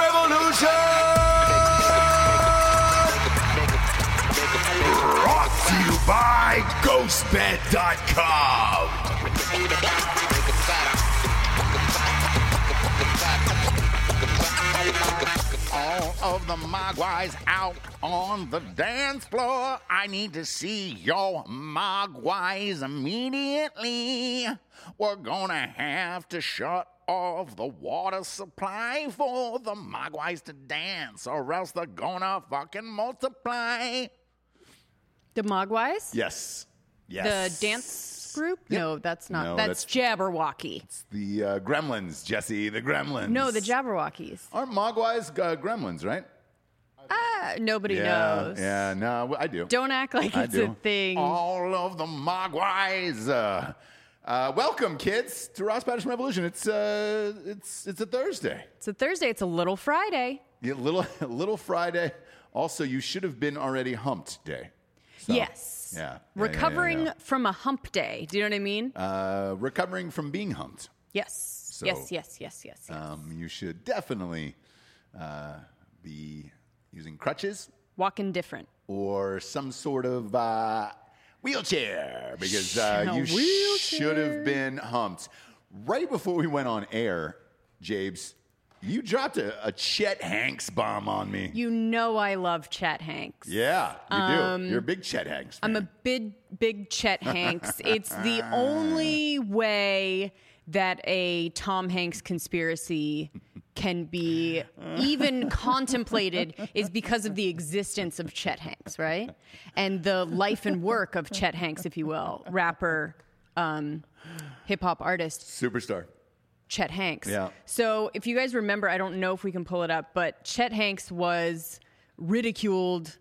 Revolution! Brought to you by GhostBed.com! All of the Mogwais out on the dance floor. I need to see your Mogwais immediately. We're gonna have to shut off the water supply for the Mogwais to dance, or else they're gonna fucking multiply. The Mogwais? Yes. The dance group? No, that's not. No, that's, Jabberwocky. The uh, Gremlins, Jesse, the Gremlins. No, the Jabberwockies. Aren't Mogwais uh, Gremlins, right? Ah, nobody knows. Yeah, no, I do. Don't act like I it's do. a thing. All of the Mogwais. Uh, uh, welcome, kids, to Ross Patterson Revolution. It's uh, it's it's a Thursday, It's a Thursday. It's a little Friday. Yeah, little little Friday. Also, you should have been already humped day. So, yes. Yeah. Yeah, yeah, Recovering yeah, from a hump day. Do you know what I mean? yeah. Uh, recovering from being humped. Uh, yes. yes. Yes. Yes. Yes. Yes. Um, you should definitely uh, be using crutches Walking different. or some sort of uh, wheelchair because uh, A you wheelchair. should have been humped. Right before we went on air, Jabes, you dropped a, a Chet Hanks bomb on me. You know I love Chet Hanks. yeah, you do. You're a big Chet Hanks. Um, I'm Fan. a big, big Chet Hanks. it's the only way that a Tom Hanks conspiracy can be even contemplated is because of the existence of Chet Hanks, right? And the life and work of Chet Hanks, if you will, rapper, um, hip hop artist. superstar. Chet Hanks. Yeah. So if you guys remember, I don't know if we can pull it up, but Chet Hanks was ridiculed,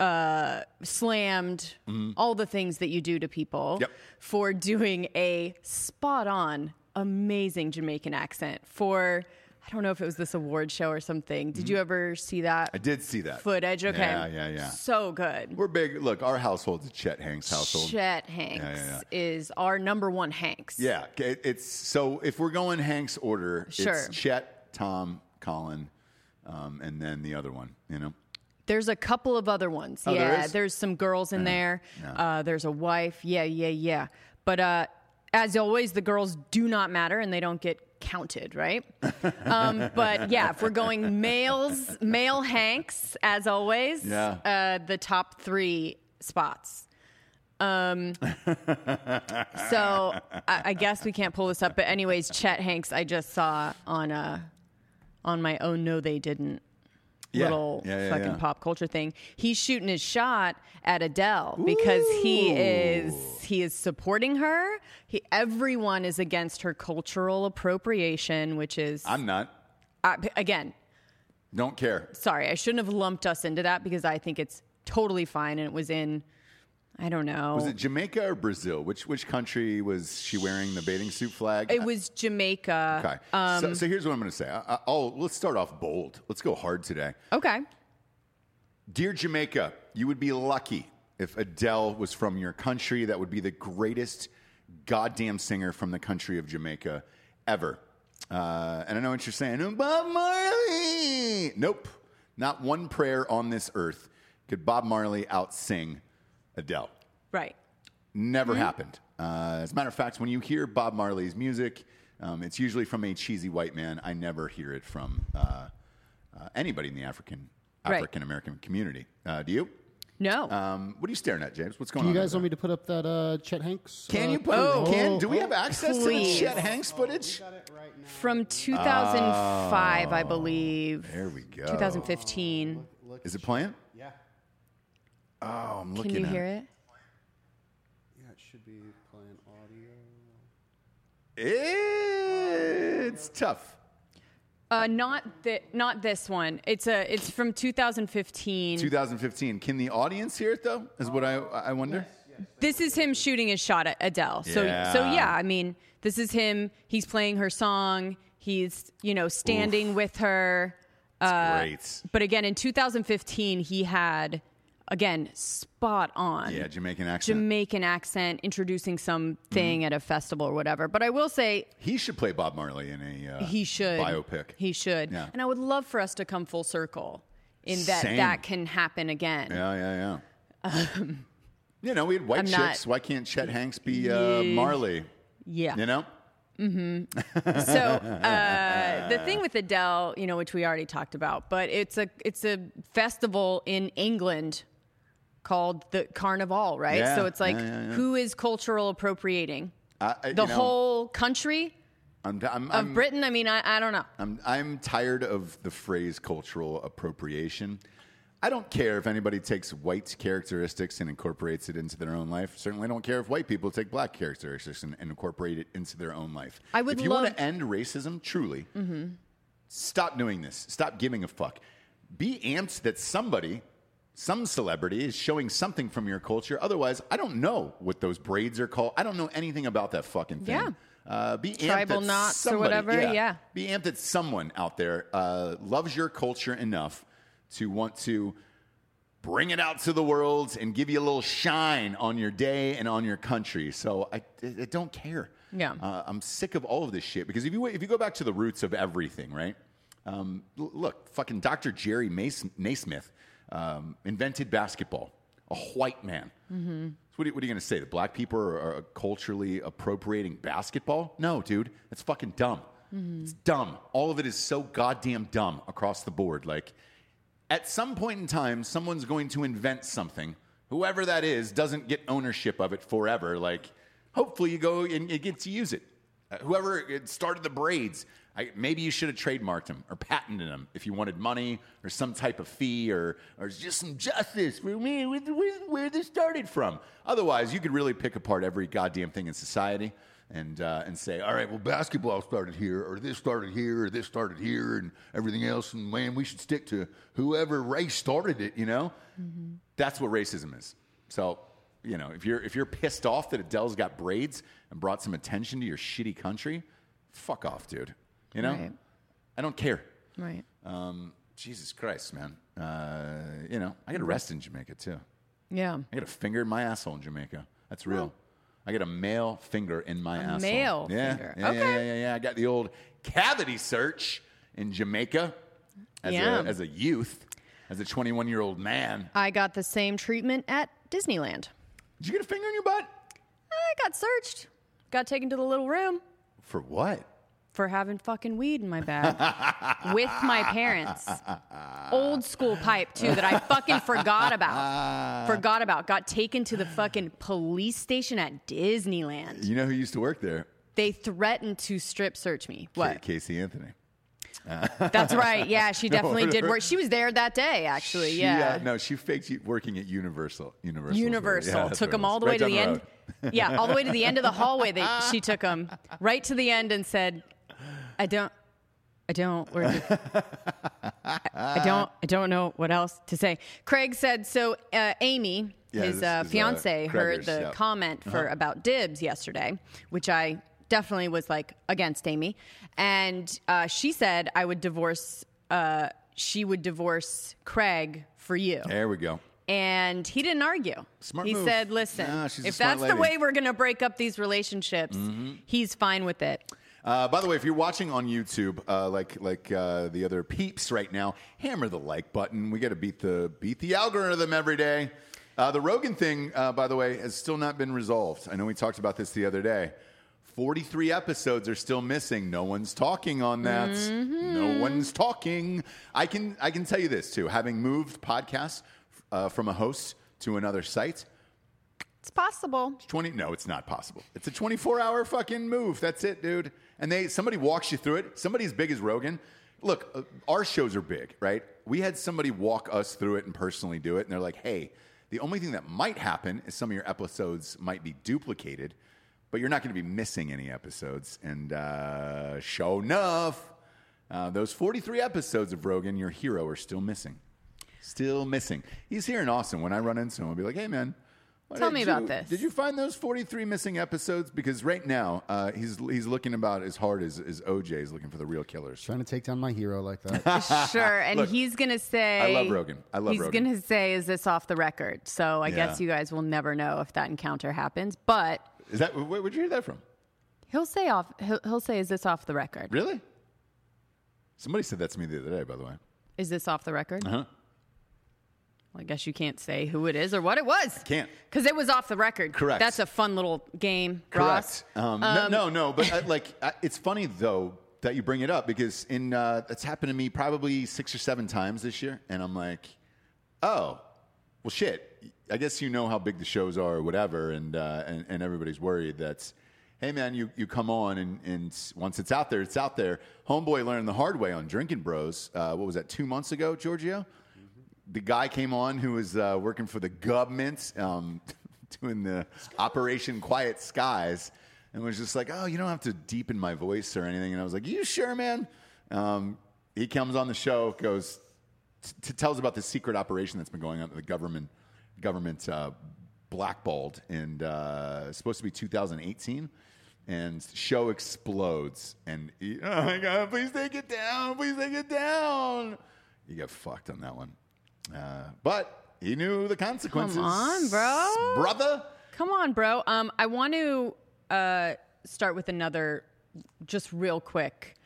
uh, slammed, all the things that you do to people Mm-hmm. Yep. for doing a spot on, amazing Jamaican accent. For I don't know if it was this award show or something. Did you ever see that? Mm-hmm. I did see that Footage, okay. Yeah, yeah, yeah. So good. We're big. Look, our household's a Chet Hanks household. Chet Hanks yeah. is our number one Hanks. Yeah, it, it's so if we're going Hank's order, Sure. it's Chet, Tom, Colin, um, and then the other one. You know, There's a couple of other ones. Oh, there yeah, is? there's some girls in there. Uh, there's a wife. Yeah, yeah, yeah. But uh, as always, the girls do not matter and they don't get counted, right? um, but yeah, if we're going males, male Hanks, as always, Yeah. uh, the top three spots. Um, so I, I guess we can't pull this up. But anyways, Chet Hanks, I just saw on uh, on my own. No, they didn't Yeah. little Yeah, yeah, fucking yeah. pop culture thing. He's shooting his shot at Adele because he is he is supporting her. He, everyone is against her cultural appropriation, which is I'm not. I, again, Don't care. sorry, I shouldn't have lumped us into that because I think it's totally fine and it was in I don't know. Was it Jamaica or Brazil? Which which country was she wearing the bathing suit flag? It was Jamaica. Okay. so, so here's what I'm going to say. I, I, oh, let's start off bold. Let's go hard today. Okay. Dear Jamaica, you would be lucky if Adele was from your country. That would be the greatest goddamn singer from the country of Jamaica ever. Uh, and I know what you're saying. "Oh, Bob Marley. Nope. Not one prayer on this earth could Bob Marley outsing Adele. Right. Never Mm-hmm. happened. Uh, as a matter of fact, when you hear Bob Marley's music, um, it's usually from a cheesy white man. I never hear it from uh, uh, anybody in the African Right. African American community. Uh, do you? No. Um, what are you staring at, James? What's going Do you on? guys over want me to put up that uh, Chet Hanks? there? Can uh, you put? Oh. can do we have access Please. to the Chet Hanks footage? Oh, From 2005, I believe. oh, There we go. 2015. Is it playing? Yeah. Oh, I'm looking. Can you at hear it? Yeah, it should be playing audio. It's tough. Uh, not thi- not this one. It's a it's from 2015. 2015. Can the audience hear it though? Is what I I wonder. this is him shooting his shot at Adele. So Yeah. so yeah, I mean, this is him. He's playing her song. He's you know standing with her. Great. But again, in 2015, he had again spot on. Yeah, Jamaican accent. Jamaican accent, introducing Mm-hmm. something at a festival or whatever. But I will say, He should play Bob Marley in a uh, He should biopic. He should. Yeah. And I would love for us to come full circle in that Same. that can happen again. yeah, yeah, yeah. you know, we had white Um, I'm not- chicks. Why can't Chet Hanks be uh, Marley? Yeah. You know, So uh, the thing with Adele, you know, which we already talked about, but it's a it's a festival in England called the Carnival, right? Yeah. So it's like Yeah, yeah, yeah. who is cultural appropriating? I, I- The you know, whole country I'm, I'm, of I'm, Britain? I mean, I, I don't know. I'm, Um, I'm tired of the phrase cultural appropriation. I don't care if anybody takes white characteristics and incorporates it into their own life. Certainly don't care if white people take black characteristics and, and incorporate it into their own life. I would if you want love- Mm-hmm. to end racism, truly, stop doing this. Stop giving a fuck. Be amped that somebody, some celebrity, is showing something from your culture. Otherwise, I don't know what those braids are called. I don't know anything about that fucking thing. Yeah. Uh, be Tribal amped that knots or somebody- whatever, yeah. Be amped that someone out there uh, loves your culture enough to want to bring it out to the world and give you a little shine on your day and on your country. So I, I I don't care. Yeah. Uh, I'm sick of all of this shit because if you if you go back to the roots of everything, right? Um, l- look, fucking Dr. Jerry Mas- Naismith um, invented basketball, a white man. So what, are, you- what are you going to say? That black people are, are culturally appropriating basketball? No, dude. That's fucking dumb. It's dumb. All of it is so goddamn dumb across the board. Like, at some point in time, someone's going to invent something. Whoever that is doesn't get ownership of it forever. Like, hopefully, you go and you get to use it. Uh, whoever it started the braids, I, maybe you should have trademarked them or patented them if you wanted money or some type of fee or, or just some justice for me with, with where this started from. Otherwise, you could really pick apart every goddamn thing in society and uh, and say, all right, well, basketball started here, or this started here, or this started here, and everything else, and man, we should stick to whoever race started it. You know, that's what racism is. So, you know, if you're if you're pissed off that Adele's got braids and brought some attention to your shitty country, fuck off, dude. You know, Right. I don't care. Right. Um, Jesus Christ, man. Uh, you know, I get arrested in Jamaica too. Yeah. I got a finger in my asshole in Jamaica. That's real. I got a male finger in my asshole. male yeah. finger. Yeah, yeah, Okay. yeah, yeah, yeah. I got the old cavity search in Jamaica as, Yeah. a, as a youth, as a 21 year old man. I got the same treatment at Disneyland. Did you get a finger in your butt? I got searched, got taken to the little room For what? for having fucking weed in my bag with my parents. Old school pipe too that I fucking forgot about. Forgot about. Got taken to the fucking police station at Disneyland. You know who used to work there? They threatened to strip search me. What? Casey Anthony. That's right. Yeah, she definitely no. did work. She was there that day, actually. She, uh, yeah. no, she faked you working at Universal. Universal. is where- Universal yeah, that's took where it them was. all the Right way to down the end. road. yeah, all the way to the end of the hallway. They, she took them right to the end and said, "I don't, I don't, work with- I, I don't, I don't know what else to say." Craig said, "So uh, Amy, Yeah, his this uh, is, uh, fiance, Craigers, heard the yeah. Uh-huh. comment for about dibs yesterday, which I." Definitely was like against Amy, and uh, she said I would divorce. Uh, she would divorce Craig for you There we go. and he didn't argue. Smart he move. said, "Listen, Nah, she's a if smart that's the lady." Mm-hmm. way we're going to break up these relationships, he's fine with it." Uh, by the way, if you're watching on YouTube, uh, like like uh, the other peeps right now, hammer the like button. We got to beat the beat the algorithm every day. Uh, the Rogan thing, uh, by the way, has still not been resolved. I know we talked about this the other day. 43 episodes are still missing. No one's talking on that. No one's talking. I can I can tell you this too. Having moved podcasts uh, from a host to another site, It's possible. 20 no it's not possible it's a 24 hour fucking move that's it dude and they somebody walks you through it somebody as big as rogan look uh, our shows are big right we had somebody walk us through it and personally do it and they're like hey the only thing that might happen is some of your episodes might be duplicated but you're not going to be missing any episodes and uh show enough uh, those 43 episodes of rogan your hero are still missing still missing he's here in austin when i run into him i'll be like hey man why Tell did me about you- this. Did you find those forty-three missing episodes? Because right now, uh, he's he's looking about as hard as, as OJ is looking for the real killers. Trying to take down my hero like that. Sure, and he's going to say, I love Rogan. I love he's Rogan. going to say, "Is this off the record?" So I guess Yeah. you guys will never know if that encounter happens, but Is that where would you hear that from? he'll say off. He'll, he'll say, "Is this off the record?" Really? Somebody said that to me the other day. By the way, Uh-huh. Is this off the record? huh? Well, I guess you can't say who it is or what it was. Can't. because it was off the record. Correct. That's a fun little game, Ross. Correct. Um, no, no, no, but uh, like uh, it's funny though that you bring it up because in uh, it's happened to me probably six or seven times this year, and I'm like, oh, well, shit. I guess you know how big the shows are or whatever, and uh, and, and everybody's worried that, hey man, you, you come on and, and once it's out there, it's out there. Homeboy learned the hard way on Drinking Bros. Uh, what was that? Two months ago, Giorgio the guy came on who was uh, working for the government, um, doing the Operation Quiet Skies, and was just like, "Oh, you don't have to deepen my voice or anything." And I was like, "You sure, man?" Um, he comes on the show, goes, t- t- tells about the secret operation that's been going on that the government government uh, blackballed and uh, it's supposed to be 2018 and the show explodes and he- oh my god please take it down please take it down you get fucked on that one uh, but he knew the consequences on, bro. brother Come on, bro. Um, I want to uh, start with another, just real quick.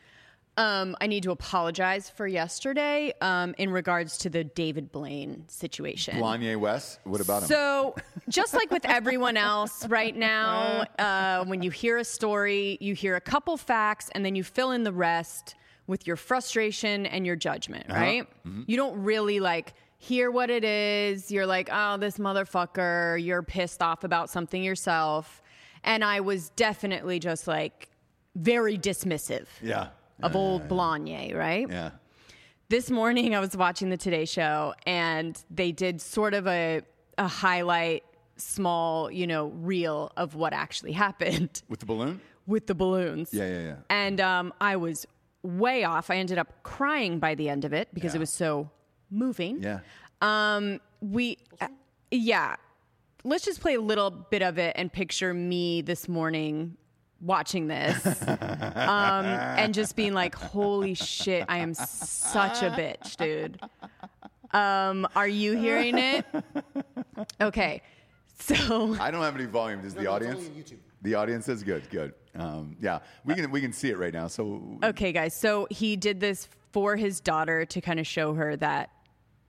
Um, I need to apologize for yesterday um, in regards to the David Blaine situation. Kanye West. What about him? So, just like with everyone else right now, uh, when you hear a story, you hear a couple facts and then you fill in the rest with your frustration and your judgment, right? You don't really like hear what it is. You're like, oh, this motherfucker, you're pissed off about something yourself. And I was definitely just like very dismissive yeah. of old Blonye, right? Yeah. this morning I was watching the Today Show and they did sort of a a highlight small, you know, reel of what actually happened With the balloon? with the balloons. Yeah, yeah, yeah. And um, I was way off. I ended up crying by the end of it because Yeah. it was so moving. Yeah. Um, we, uh, yeah. Let's just play a little bit of it and picture me this morning watching this um, and just being like, holy shit, I am such a bitch, dude. Um, are you hearing it? Okay. So, I don't have any volume. Does the no, it's audience? only YouTube. The audience is good. Good. Um, yeah, we can we can see it right now. So okay, guys. So he did this for his daughter to kind of show her that,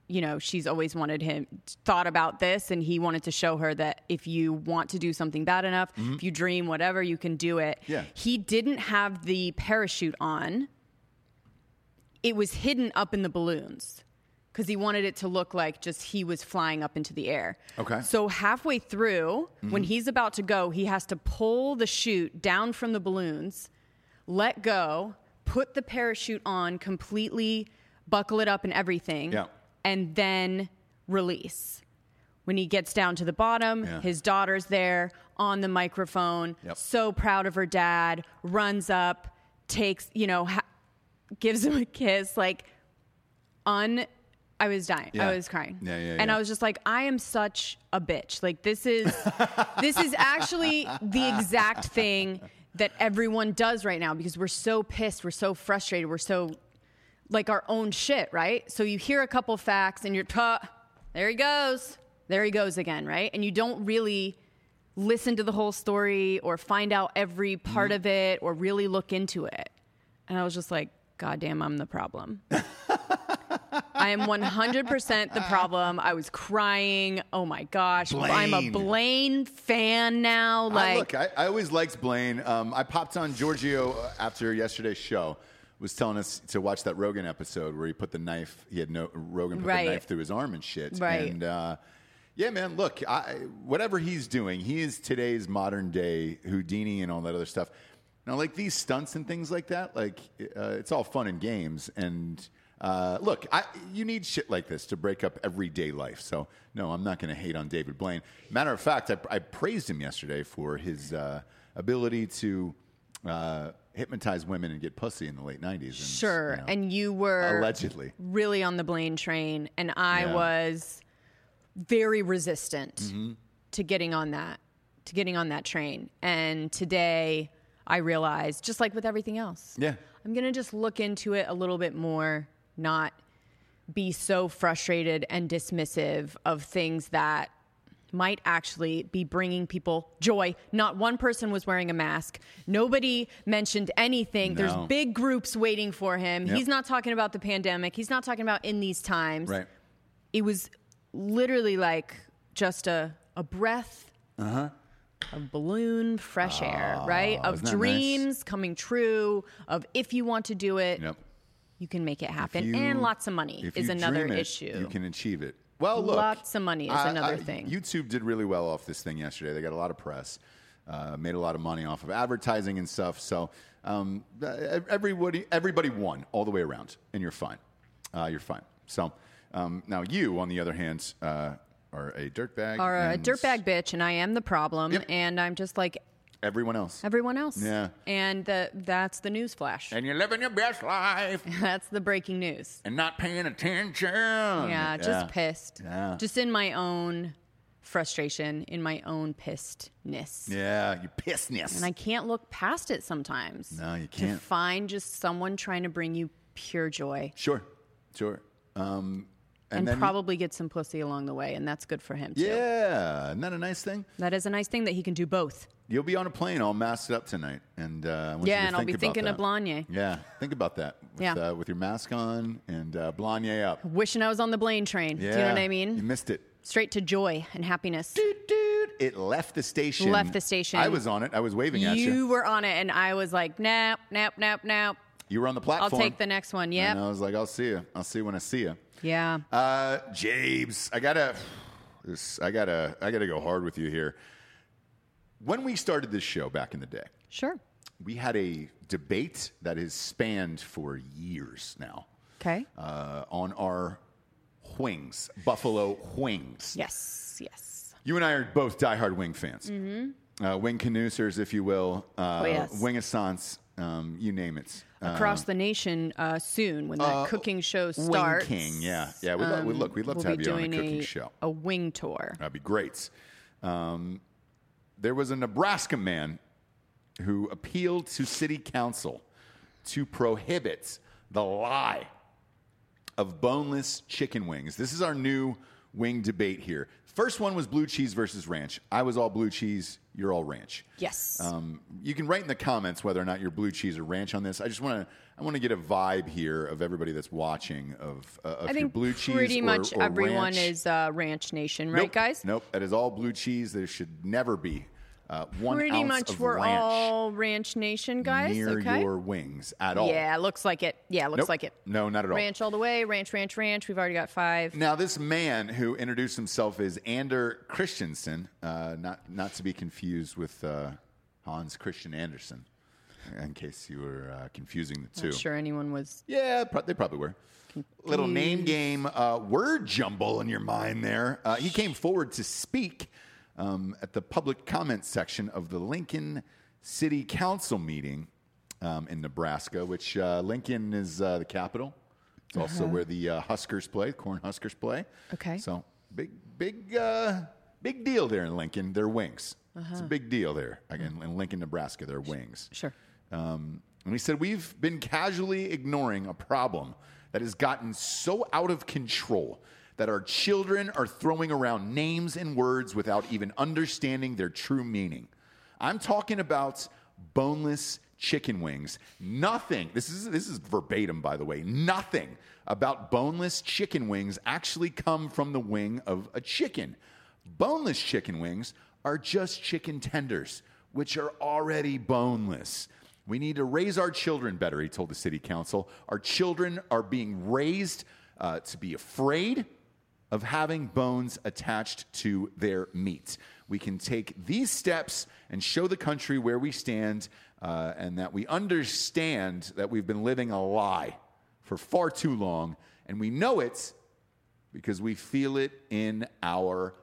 you know, she's always wanted him, thought about this, and he wanted to show her that if you want to do something bad enough, if you dream, whatever, you can do it. Mm-hmm. Yeah. He didn't have the parachute on, it was hidden up in the balloons. Because he wanted it to look like just he was flying up into the air. Okay. Mm-hmm. So halfway through, when he's about to go, he has to pull the chute down from the balloons let go, put the parachute on completely, buckle it up and everything, Yeah. and then release. When he gets down to the bottom, Yeah. his daughter's there on the microphone, Yep. so proud of her dad, runs up, takes, you know, ha- gives him a kiss, like un I was dying. Yeah. I was crying. Yeah, yeah, And yeah. I was just like, I am such a bitch. Like this is this is actually the exact thing that everyone does right now because we're so pissed, we're so frustrated, we're so like our own shit, right? So you hear a couple facts and you're "Tuh, there he goes. There he goes again, right? And you don't really listen to the whole story or find out every part Mm-hmm. of it or really look into it. And I was just like, God damn, I'm the problem. I am 100% the problem. I was crying. Oh my gosh. I'm a Blaine. Blaine fan I- now. Oh, Like, look, I, I always liked Blaine. Um, I popped on Giorgio uh, after yesterday's show. Was telling us to watch that Rogan episode where he put the knife. He had no Rogan put Right. the knife through his arm and shit. Right. And uh, yeah, man, look, I, whatever he's doing, he is today's modern day Houdini and all that other stuff. Now, like these stunts and things like that, like uh, it's all fun and games. And uh, look, I, you need shit like this to break up everyday life. So no, I'm not going to hate on David Blaine. Matter of fact, I, I praised him yesterday for his uh, ability to uh, hypnotize women and get pussy in the late '90s. And, sure. you know, And you were allegedly, really on the Blaine train, and I Yeah. was very resistant to getting on that to getting on that train. And today, I realized, just like with everything else, yeah. I'm gonna just look into it a little bit more, not be so frustrated and dismissive of things that might actually be bringing people joy. Not one person was wearing a mask. Nobody mentioned anything. No. There's big groups waiting for him. Yep. He's not talking about the pandemic. He's not talking about in these times. Right. It was literally like just a a breath. A balloon, fresh air, right? Of Uh-huh. Oh, isn't that nice? dreams coming true, of if you want to do it, Yep. you can make it happen. you- and lots of money if is you another dream it, issue. You can achieve it. Well, look, Lots of money is another thing. YouTube did really well off this thing yesterday. They got a lot of press, uh, made a lot of money off of advertising and stuff. So um, uh, everybody, everybody won all the way around, and you're fine. Uh, you're fine. So um, now you, on the other hand, uh, are a dirtbag. Or a and dirtbag bitch, and I am the problem, Yep. and I'm just like Everyone else. everyone else. Yeah. And the, that's the news flash. And you're living your best life that's the breaking news. and not paying attention. Yeah, just Um, yeah. pissed. Yeah. Just in my own frustration, in my own pissedness. yeah, you pissness. And I can't look past it sometimes. No, you To can't. find just someone trying to bring you pure joy. Sure, sure. Um, And, and then, probably get some pussy along the way, and that's good for him too. Yeah. Isn't that a nice thing? That is a nice thing that he can do both. You'll be on a plane all masked up tonight. And uh, I want you Yeah, to and I'll think be about thinking that. of Blanye. Yeah, think about that. With, Yeah. uh, with your mask on and uh, Blanye up. Wishing I was on the Blaine train. Yeah. Do you know what I You mean? missed it. Straight to joy and happiness. Doot, doot. It left the station. Left the station. I was on it. I was waving at You you. were on it, and I was like, nope, nope, nope, nope. You were on the I'll platform. take the next one. And Yep. I was like, I'll see you. I'll see you when I see you. Yeah. Uh, Jabes, I gotta, this- I gotta, I gotta go hard with you here. When we started this show back in the day, Sure. we had a debate that has spanned for years now Okay. uh, on our wings, Buffalo wings. Yes. Yes. You and I are both diehard wing fans, uh, wing canoosers, if you will, uh, Mm-hmm. Oh, yes. wing assants, um, you name it. Uh, Across the nation uh, soon when that cooking show starts. Wing King, yeah, yeah. We'd, lo- we'd look, we'd love Um, we'll to have be you on a doing cooking a, show. Uh, a wing tour. That'd be great. Um, there was a Nebraska man who appealed to city council to prohibit the lie of boneless chicken wings. This is our new wing debate here. First one was blue cheese versus ranch. I was all blue cheese, you're all ranch. Yes. Um, you can write in the comments whether or not you're blue cheese or ranch on this. I just want to I want to get a vibe here of everybody that's watching of uh, of I your think blue cheese pretty or- much or everyone ranch. is uh, Ranch Nation, right, Nope. guys? Nope. That is all blue cheese. There should never be uh, one Pretty ounce much of we're ranch all Ranch Nation, guys. near okay. your wings at all. Yeah, looks like it. Yeah, looks Nope. like it. No, not at all. Ranch all the way, ranch, ranch, ranch. We've already got five. Now, this man who introduced himself as Ander Christensen, uh, not not to be confused with uh, Hans Christian Andersen, in case you were uh, confusing the two. Not sure anyone was. Yeah, pro- they probably were. Little name game, uh, word jumble in your mind there. Uh, he came forward to speak um, at the public comment section of the Lincoln City Council meeting um, in Nebraska, which uh, Lincoln is uh, the capital. It's also where the uh, Huskers play, Corn Huskers play. Okay. So big, big, uh, big deal there in Lincoln. Their wings. It's a big deal there again in Lincoln, Nebraska. Their wings. Sure. Um, and we said, We've been casually ignoring a problem that has gotten so out of control that our children are throwing around names and words without even understanding their true meaning. I'm talking about boneless chicken wings. Nothing, this is, this is verbatim, by the way, nothing about boneless chicken wings actually come from the wing of a chicken. Boneless chicken wings are just chicken tenders, which are already boneless. We need to raise our children better, he told the city council. Our children are being raised uh, to be afraid of having bones attached to their meat. We can take these steps and show the country where we stand uh, and that we understand that we've been living a lie for far too long, and we know it because we feel it in our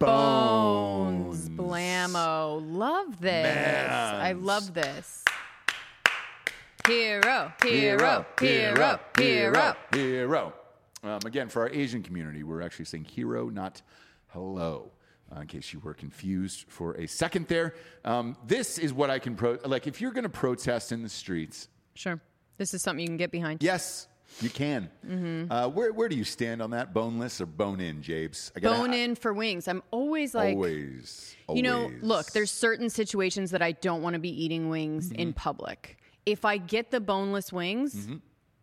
bones. Bones, Blammo. Love this. I love this. Hero, hero, hero, hero. hero. Um, again, for our Asian community, we're actually saying hero, not hello. Uh, in case you were confused for a second there, um, this is what I can pro. Like, if you're going to protest in the streets, Sure. This is something you can get behind. yes, you can. Mm-hmm. Uh, where where do you stand on that? Boneless or bone in, Jabes? I gotta- Bone in for wings. I'm always like. always, You know, always. look, there's certain situations that I don't want to be eating wings Mm-hmm. in public. If I get the boneless wings,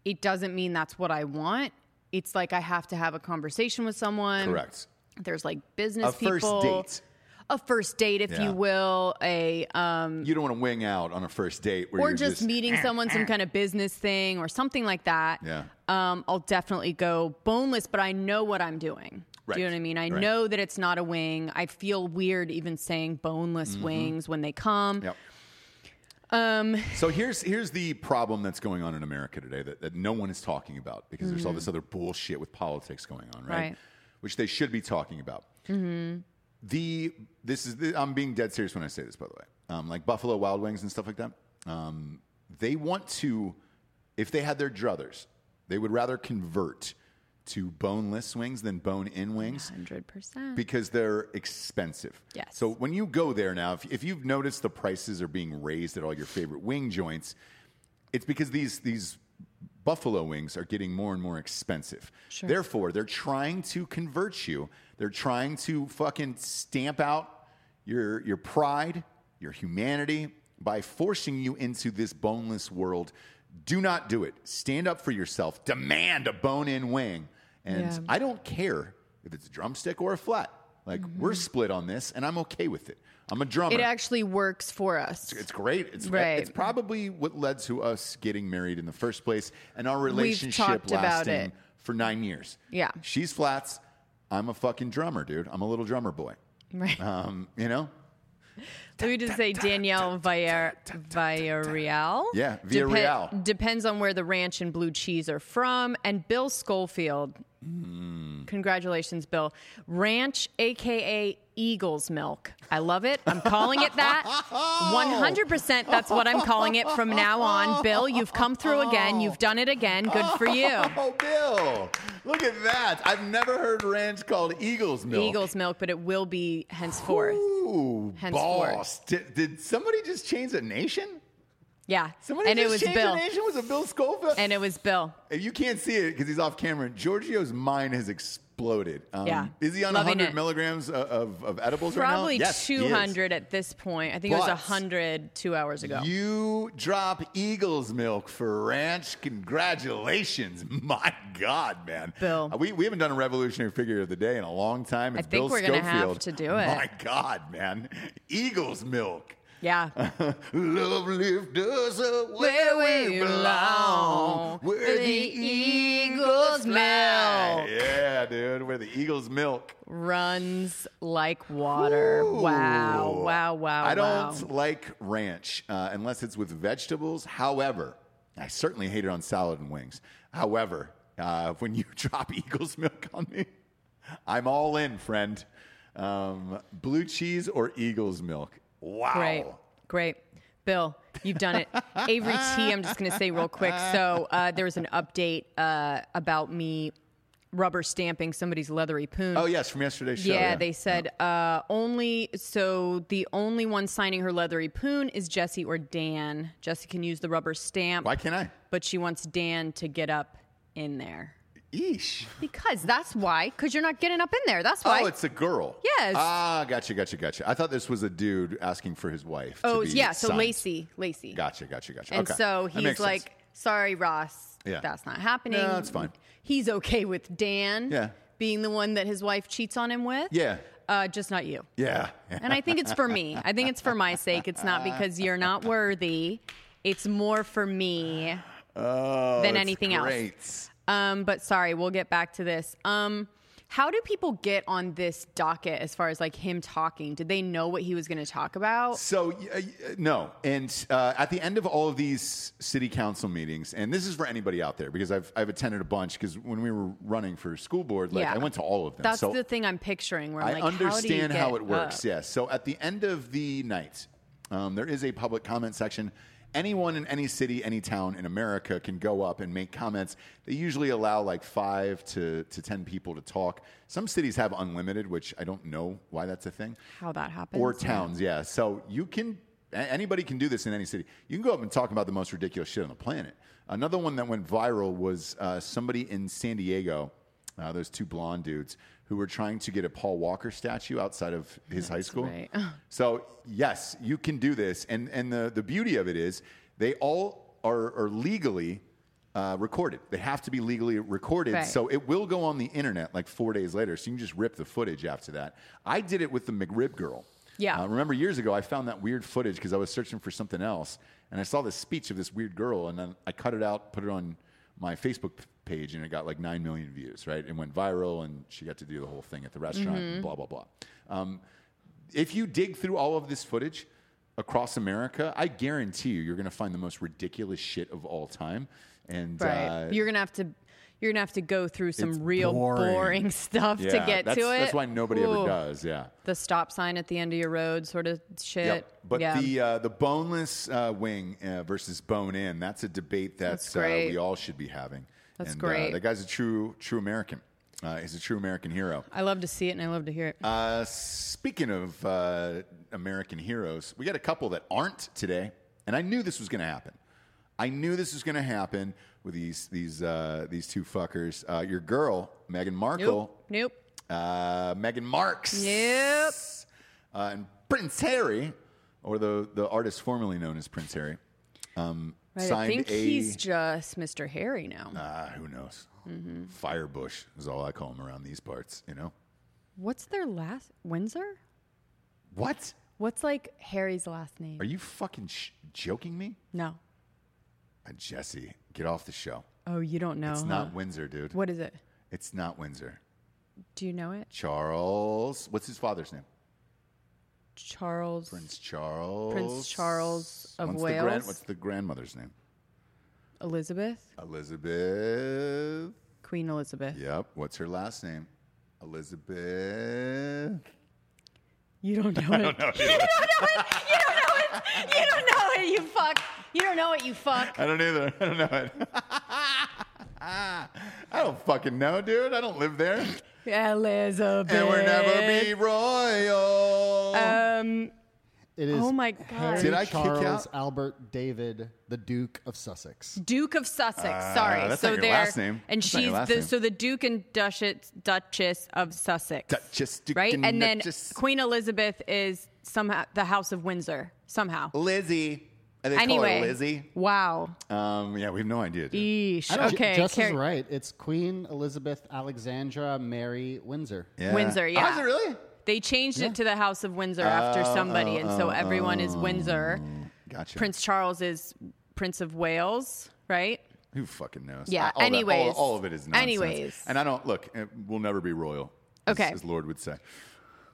it doesn't mean that's what I want. It's like I have to have a conversation with someone. correct. There's like business A first people. date. A first date, if Yeah. you will. A um, You don't want to wing out on a first date, where or you're eh, just, meeting someone, some kind of business thing or something like that. Yeah. Um, I'll definitely go boneless, but I know what I'm doing. Do you Right. know what I mean? I Right. know that it's not a wing. I feel weird even saying boneless wings when they come. Mm-hmm. Yep. Um, so here's here's the problem that's going on in America today that, that no one is talking about because there's all this other bullshit with politics going on, right? Right. Which they should be talking about. The this is the, I'm being dead serious when I say this, by the way. Um, like Buffalo Wild Wings and stuff like that. Um, they want to, if they had their druthers, they would rather convert to boneless wings than bone-in wings 100%. because they're expensive. Mm. Yes. So when you go there now, if, if you've noticed the prices are being raised at all your favorite wing joints, it's because these these buffalo wings are getting more and more expensive. Therefore, they're trying to convert you. They're trying to fucking stamp out your your pride, your humanity by forcing you into this boneless world. Do not do it. Stand up for yourself. Demand a bone-in wing. And Yeah. I don't care if it's a drumstick or a flat. Like we're split on this and I'm okay with it. I'm a drummer Mm-hmm. It actually works for us. it's great. It's uh, Right. it's probably what led to us getting married in the first place and our relationship talked about lasting it. for nine years. Yeah. She's flats. I'm a fucking drummer, dude. I'm a little drummer boy. Right. Um, you know? Let me just say Danielle Villar- Villarreal. Yeah, Depe- Villarreal. depends on where the ranch and blue cheese are from. And Bill Schofield. Mm. Congratulations, Bill. Ranch, aka Eagle's Milk. I love it. I'm calling it that. 100% that's what I'm calling it from now on. Bill, you've come through again. You've done it again. Good for you. Oh, Bill. Look at that. I've never heard ranch called Eagles milk. Eagle's Milk, but it will be henceforth. Ooh, Henceforth. boss. Did, did somebody just change the nation? Yeah. Somebody and just it was changed Bill. the nation? Was it Bill Schofield? And it was Bill. If you can't see it because he's off camera, Giorgio's mind has exploded. Um, Yeah. Is he on Loving 100 it. milligrams of, of, of edibles Probably right now? Yes, he is. 200 at this point. I think it was But- 100 two hours ago. You drop Eagles milk for ranch. Congratulations. My God, man. Bill. Uh, We, we haven't done a revolutionary figure of the day in a long time. It's think Bill we're going gonna have to do it. My God, man. Eagles milk. yeah. Love lift us up where, Where we we belong. belong. Where the The eagles eagles fly. milk. Yeah, dude. Where the eagles milk. Runs like water. Wow. Ooh. Wow. Wow. I wow. don't like ranch uh, unless it's with vegetables. However, I certainly hate it on salad and wings. However, uh, when you drop eagles milk on me, I'm all in, friend. Um, blue cheese or eagles milk. Wow. Great. Great. Bill, you've done it. Avery T, I'm just going to say real quick. So uh, there was an update uh, about me rubber stamping somebody's leathery poon. Oh, yes, from yesterday's show. yeah, they said Uh, only so the only one signing her leathery poon is Jesse or Dan. Jesse can use the rubber stamp. Why can't I? but she wants Dan to get up in there. Eesh. Because that's why. Because you're not getting up in there. That's why. Oh, it's a girl. Yes. Ah, gotcha, gotcha, gotcha. I thought this was a dude asking for his wife. to Oh, be yeah. So signed. Lacey, Lacey. Gotcha, gotcha, gotcha. And okay. That so makes he's sense. like, "Sorry, Ross, Yeah. that's not happening." No, that's fine. He's okay with Dan Yeah. being the one that his wife cheats on him with. Yeah. uh, just not you. yeah. And I think it's for me. I think it's for my sake. It's not because you're not worthy. It's more for me. Oh, than it's anything else. great. Um, but sorry, we'll get back to this. Um, how do people get on this docket as far as like him talking? Did they know what he was going to talk about? So y- uh, y- no, and uh, at the end of all of these city council meetings, and this is for anybody out there because I've I've attended a bunch because when we were running for school board, like Yeah. I went to all of them. That's so the thing I'm picturing. Where I'm I like, understand how, how, do you it get works. up? Yes. So at the end of the night, um, there is a public comment section. Anyone in any city, any town in America can go up and make comments. They usually allow like five to, to 10 people to talk. Some cities have unlimited, which I don't know why that's a thing. How that happens? Or yeah. towns, yeah. So you can a- anybody can do this in any city. You can go up and talk about the most ridiculous shit on the planet. Another one that went viral was uh, somebody in San Diego, uh, those two blonde dudes who were trying to get a Paul Walker statue outside of his high school. right. So yes, you can do this, and and the the beauty of it is they all are are legally. Uh, recorded. They have to be legally recorded. Right. So it will go on the internet like four days later. So you can just rip the footage after that. I did it with the McRib girl. Yeah. Uh, remember years ago, I found that weird footage because I was searching for something else, and I saw this speech of this weird girl, and then I cut it out, put it on my Facebook p- page, and it got like nine million views. Right, it went viral, and she got to do the whole thing at the restaurant. Mm-hmm. and Blah blah blah. Um, if you dig through all of this footage across America, I guarantee you, you're going to find the most ridiculous shit of all time. And Right. uh, you're gonna have to. You're gonna have to go through it's some real boring, stuff to Yeah, get that's, to it. That's why nobody ever Ooh. does. Yeah. The stop sign at the end of your road, sort of shit. Yep. But yeah. the uh, the boneless uh, wing uh, versus bone in that's a debate that's, That's great. Uh, we all should be having. That's and, Uh, great. that guy's a true true American. Uh, he's a true American hero. I love to see it and I love to hear it. Uh, speaking of uh, American heroes, we got a couple that aren't today, and I knew this was going to happen. I knew this was going to happen with these these uh, these two fuckers. Uh, your girl Meghan Markle, Nope. uh, Meghan Marks, Yep. uh, and Prince Harry, or the the artist formerly known as Prince Harry, um, Right, I signed think a he's just Mr. Harry now. uh, who knows Mm-hmm. Firebush is all I call him around these parts. You know What's their last Windsor? what? What's like Harry's last name? Are you fucking sh- joking me? no. Uh, Jesse, get off the show. Oh, you don't know. It's huh? not Windsor, dude. what is it? It's not Windsor. Do you know it? Charles. What's his father's name? Charles. Prince Charles. Prince Charles of what's The gran- Wales? what's the grandmother's name? Elizabeth. Elizabeth. Queen Elizabeth. Yep. What's her last name? Elizabeth. You don't know it. you don't know it. You don't know it. You don't know it. You fuck. You don't know it. You fuck. I don't either. I don't know it. I don't fucking know, dude. I don't live there. Elizabeth. And we'll never be royal. Um. It is Oh my God. Did Did I I kick Charles out- Albert David, the Duke of Sussex. Duke of Sussex. Sorry. Ah, that's so not your they're last name. and That's not your she's last the name. so the Duke and Duchess Duchess of Sussex. Duchess, Duke right? and And then Duchess. Queen Elizabeth is somehow the House of Windsor. Somehow. Lizzie. They anyway. call her Lizzie. Wow. Um, yeah, we have no idea. Dude. Eesh. Ju- Okay. Jess Car- is right. It's Queen Elizabeth Alexandra Mary Windsor. Yeah. Windsor, Oh, is yeah. it really? They changed it to the House of Windsor after Oh, somebody, and so everyone is Windsor. Gotcha. Prince Charles is Prince of Wales, right? Who fucking knows? Yeah, All that- all- anyways. all, of it is nonsense. Anyways. and I don't look. It will never be royal. as- Okay. as, Lord would say,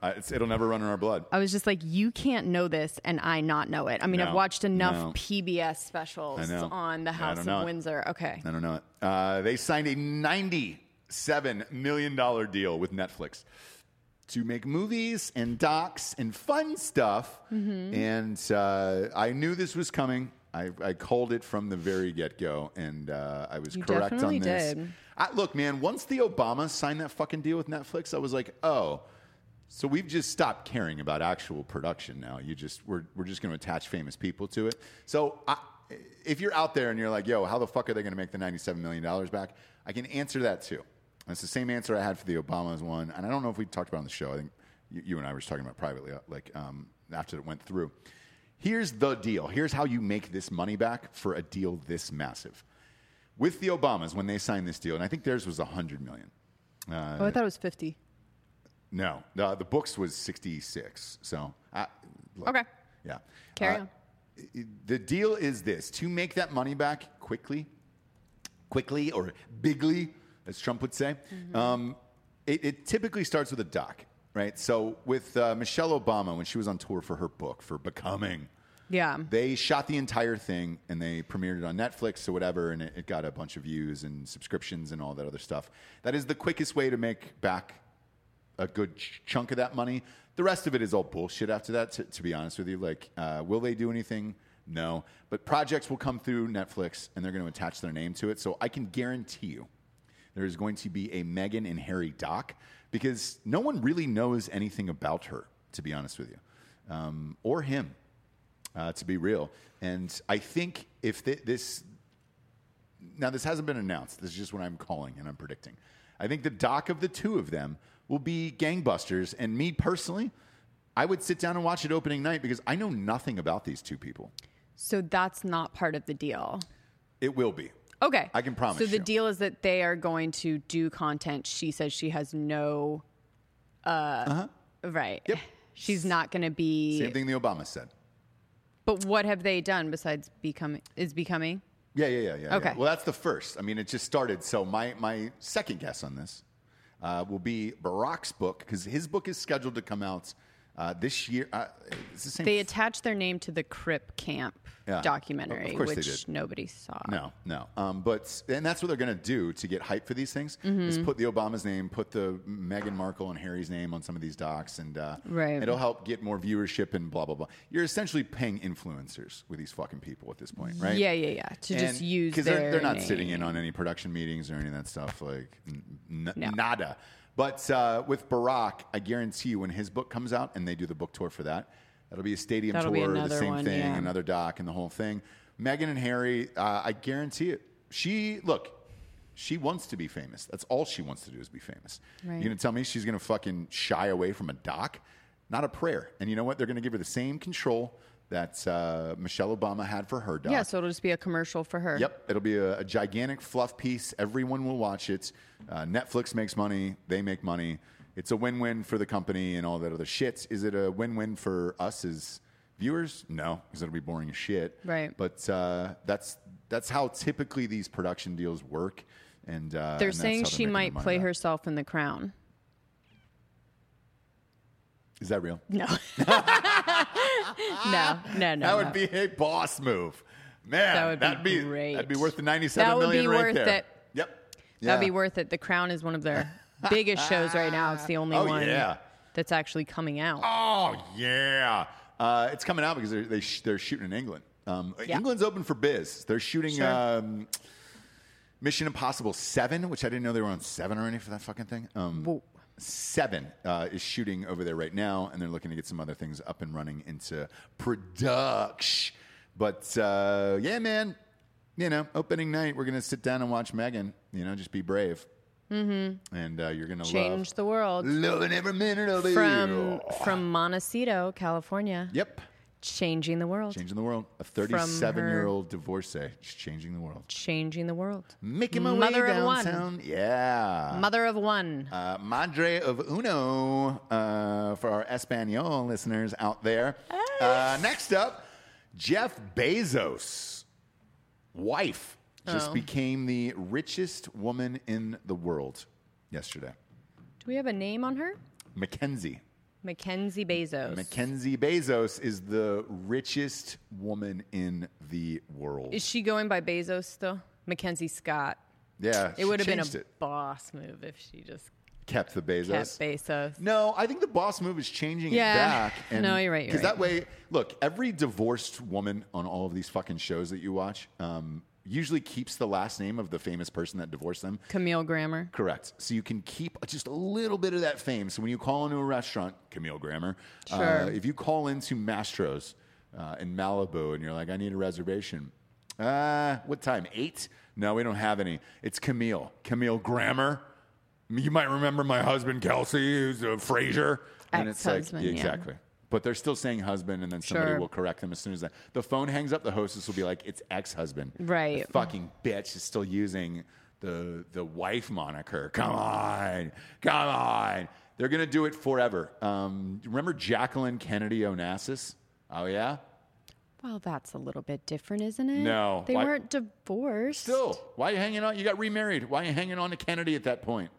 uh, it's, it'll never run in our blood. I was just like, you can't know this, and I not know it. I mean, No, I've watched enough no. PBS I specials know. on the Yeah, I House don't of know it. Windsor. Okay, I don't know it. Uh, they signed a ninety-seven million dollar deal with Netflix to make movies and docs and fun stuff. Mm-hmm. And uh, I knew this was coming. I, I called it from the very get-go, and uh, I was You correct definitely on this. did. I, look, man, once the Obama signed that fucking deal with Netflix, I was like, oh. So we've just stopped caring about actual production now. You just we're we're just going to attach famous people to it. So I, if you're out there and you're like, "Yo, how the fuck are they going to make the 97 million dollars back?" I can answer that too. That's the same answer I had for the Obamas one, and I don't know if we talked about it on the show. I think you, you and I were just talking about it privately, like um, after it went through. Here's the deal. Here's how you make this money back for a deal this massive. With the Obamas, when they signed this deal, and I think theirs was 100 million. oh, I thought it was fifty. No, the, the books was 66. So, I, look, Okay. Yeah. Carry Uh, on. it- The deal is this to make that money back quickly, quickly or bigly, as Trump would say, Mm-hmm. um, it, it typically starts with a doc, right? So, with uh, Michelle Obama, when she was on tour for her book, for Becoming, Yeah, they shot the entire thing and they premiered it on Netflix or whatever, and it, it got a bunch of views and subscriptions and all that other stuff. That is the quickest way to make back a good ch- chunk of that money. The rest of it is all bullshit after that, to, to be honest with you. Like, uh, will they do anything? No. But projects will come through Netflix and they're going to attach their name to it. So I can guarantee you there is going to be a Meghan and Harry doc because no one really knows anything about her, to be honest with you, um, or him uh, to be real. And I think if thi- this now this hasn't been announced, this is just what I'm calling and I'm predicting. I think the doc of the two of them will be gangbusters, and me personally, I would sit down and watch it opening night because I know nothing about these two people. so that's not part of the deal. It will be. Okay, I can promise So the you. deal is that they are going to do content. She says she has no. Uh, Right. Uh-huh. Yep. She's not going to be. Same thing the Obama said. But what have they done besides becoming? Is becoming? Yeah, yeah, yeah, yeah. Okay. yeah. Well, that's the first. I mean, it just started. So my my second guess on this uh, will be Barack's book because his book is scheduled to come out uh, this year. Uh, it's the same. They attached their name to the Crip Camp Yeah. documentary, Of course they which did. nobody saw. No, no. Um, but and that's what they're going to do to get hype for these things is put the Obama's name, put the Meghan Markle and Harry's name on some of these docs, and uh, Right. it'll help get more viewership and blah blah blah. You're essentially paying influencers with these fucking people at this point, right? Yeah, yeah, yeah. To just use because they're, their they're not name. sitting in on any production meetings or any of that stuff, like n- n- No. nada. But uh, with Barack, I guarantee you, when his book comes out and they do the book tour for that, that'll be a stadium That'll be tour, the another same one, thing, yeah. another doc, and the whole thing. Meghan and Harry, uh, I guarantee it. She look, she wants to be famous. That's all she wants to do is be famous. Right. You gonna tell me she's gonna fucking shy away from a doc? Not a prayer. And you know what? They're gonna give her the same control that uh, Michelle Obama had for her doc. Yeah, so it'll just be a commercial for her. Yep, it'll be a, a gigantic fluff piece. Everyone will watch it. Uh, Netflix makes money. They make money. It's a win-win for the company and all that other shit. Is it a win-win for us as viewers? No, because it'll be boring as shit. Right. But uh, that's that's how typically these production deals work. And uh, and They're that's saying how she making their might money play back. herself in the crown. Is that real? No. no, no, no. that no. would be a boss move, man. That would be that'd be great. That'd be worth the ninety-seven That would be million right worth there. it. Yep. Yeah. That'd be worth it. The Crown is one of their biggest shows right now. It's the only Oh, one yeah. that's actually coming out. Oh yeah, uh, it's coming out because they're they sh- they're shooting in England. Um, Yeah. England's open for biz. They're shooting Sure. um, Mission Impossible Seven, which I didn't know they were on seven or any for that fucking thing. Um, Whoa. Seven uh, is shooting over there right now, and they're looking to get some other things up and running into production. But uh, yeah, man, you know, opening night, we're gonna sit down and watch Megan. You know, just be brave, mm-hmm. and uh, you're gonna Change the world. love loving every minute of it. From from Montecito, California. Yep. Changing the world. Changing the world. A her- 37 year old divorcee. She's changing the world. Changing the world. Making my Mother way of one. downtown. Yeah. Mother of one. uh, madre of uno uh, for our Espanol listeners out there. Uh, next up, Jeff Bezos' wife just Oh. became the richest woman in the world yesterday. Do we have a name on her? Mackenzie. Mackenzie Bezos. Mackenzie Bezos is the richest woman in the world. is she going by Bezos still? Mackenzie Scott. Yeah, It would have been a changed it. boss move if she just kept the Bezos. kept Bezos. No, I think the boss move is changing Yeah. it back. No, you're right, you're Because that way, look, every divorced woman on all of these fucking shows that you watch um, usually keeps the last name of the famous person that divorced them. Camille Grammer. Correct. So you can keep just a little bit of that fame. So when you call into a restaurant, Camille Grammer, uh, Sure. if you call into Mastro's uh, in Malibu and you're like, I need a reservation, uh, what time? Eight? No, we don't have any. It's Camille. Camille Grammer. You might remember my husband Kelsey, who's a Fraser. And it's like, Ex-husband, yeah, yeah. exactly. But they're still saying husband, and then somebody Sure. will correct them as soon as that. The phone hangs up. The hostess will be like, "It's ex-husband." Right. The fucking bitch is still using the the wife moniker. Come on, come on. They're gonna do it forever. Um, remember Jacqueline Kennedy Onassis? Oh yeah. Well, that's a little bit different, isn't it? No, They why- weren't divorced. Still, why you hanging on? You got remarried. Why you hanging on to Kennedy at that point?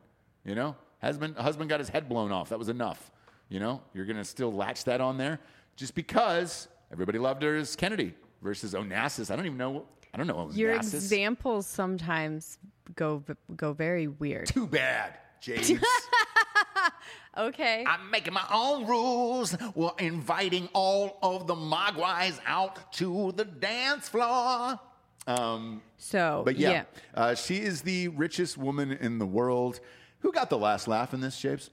You know, husband husband got his head blown off. That was enough. You know, you're gonna still latch that on there just because everybody loved her as Kennedy versus Onassis. I don't even know. I don't know Onassis. Your examples sometimes go v- go very weird. Too bad, James. Okay. I'm making my own rules. We're inviting all of the Mogwais out to the dance floor. So, But yeah, Uh, she is the richest woman in the world. Who got the last laugh in this, Japes?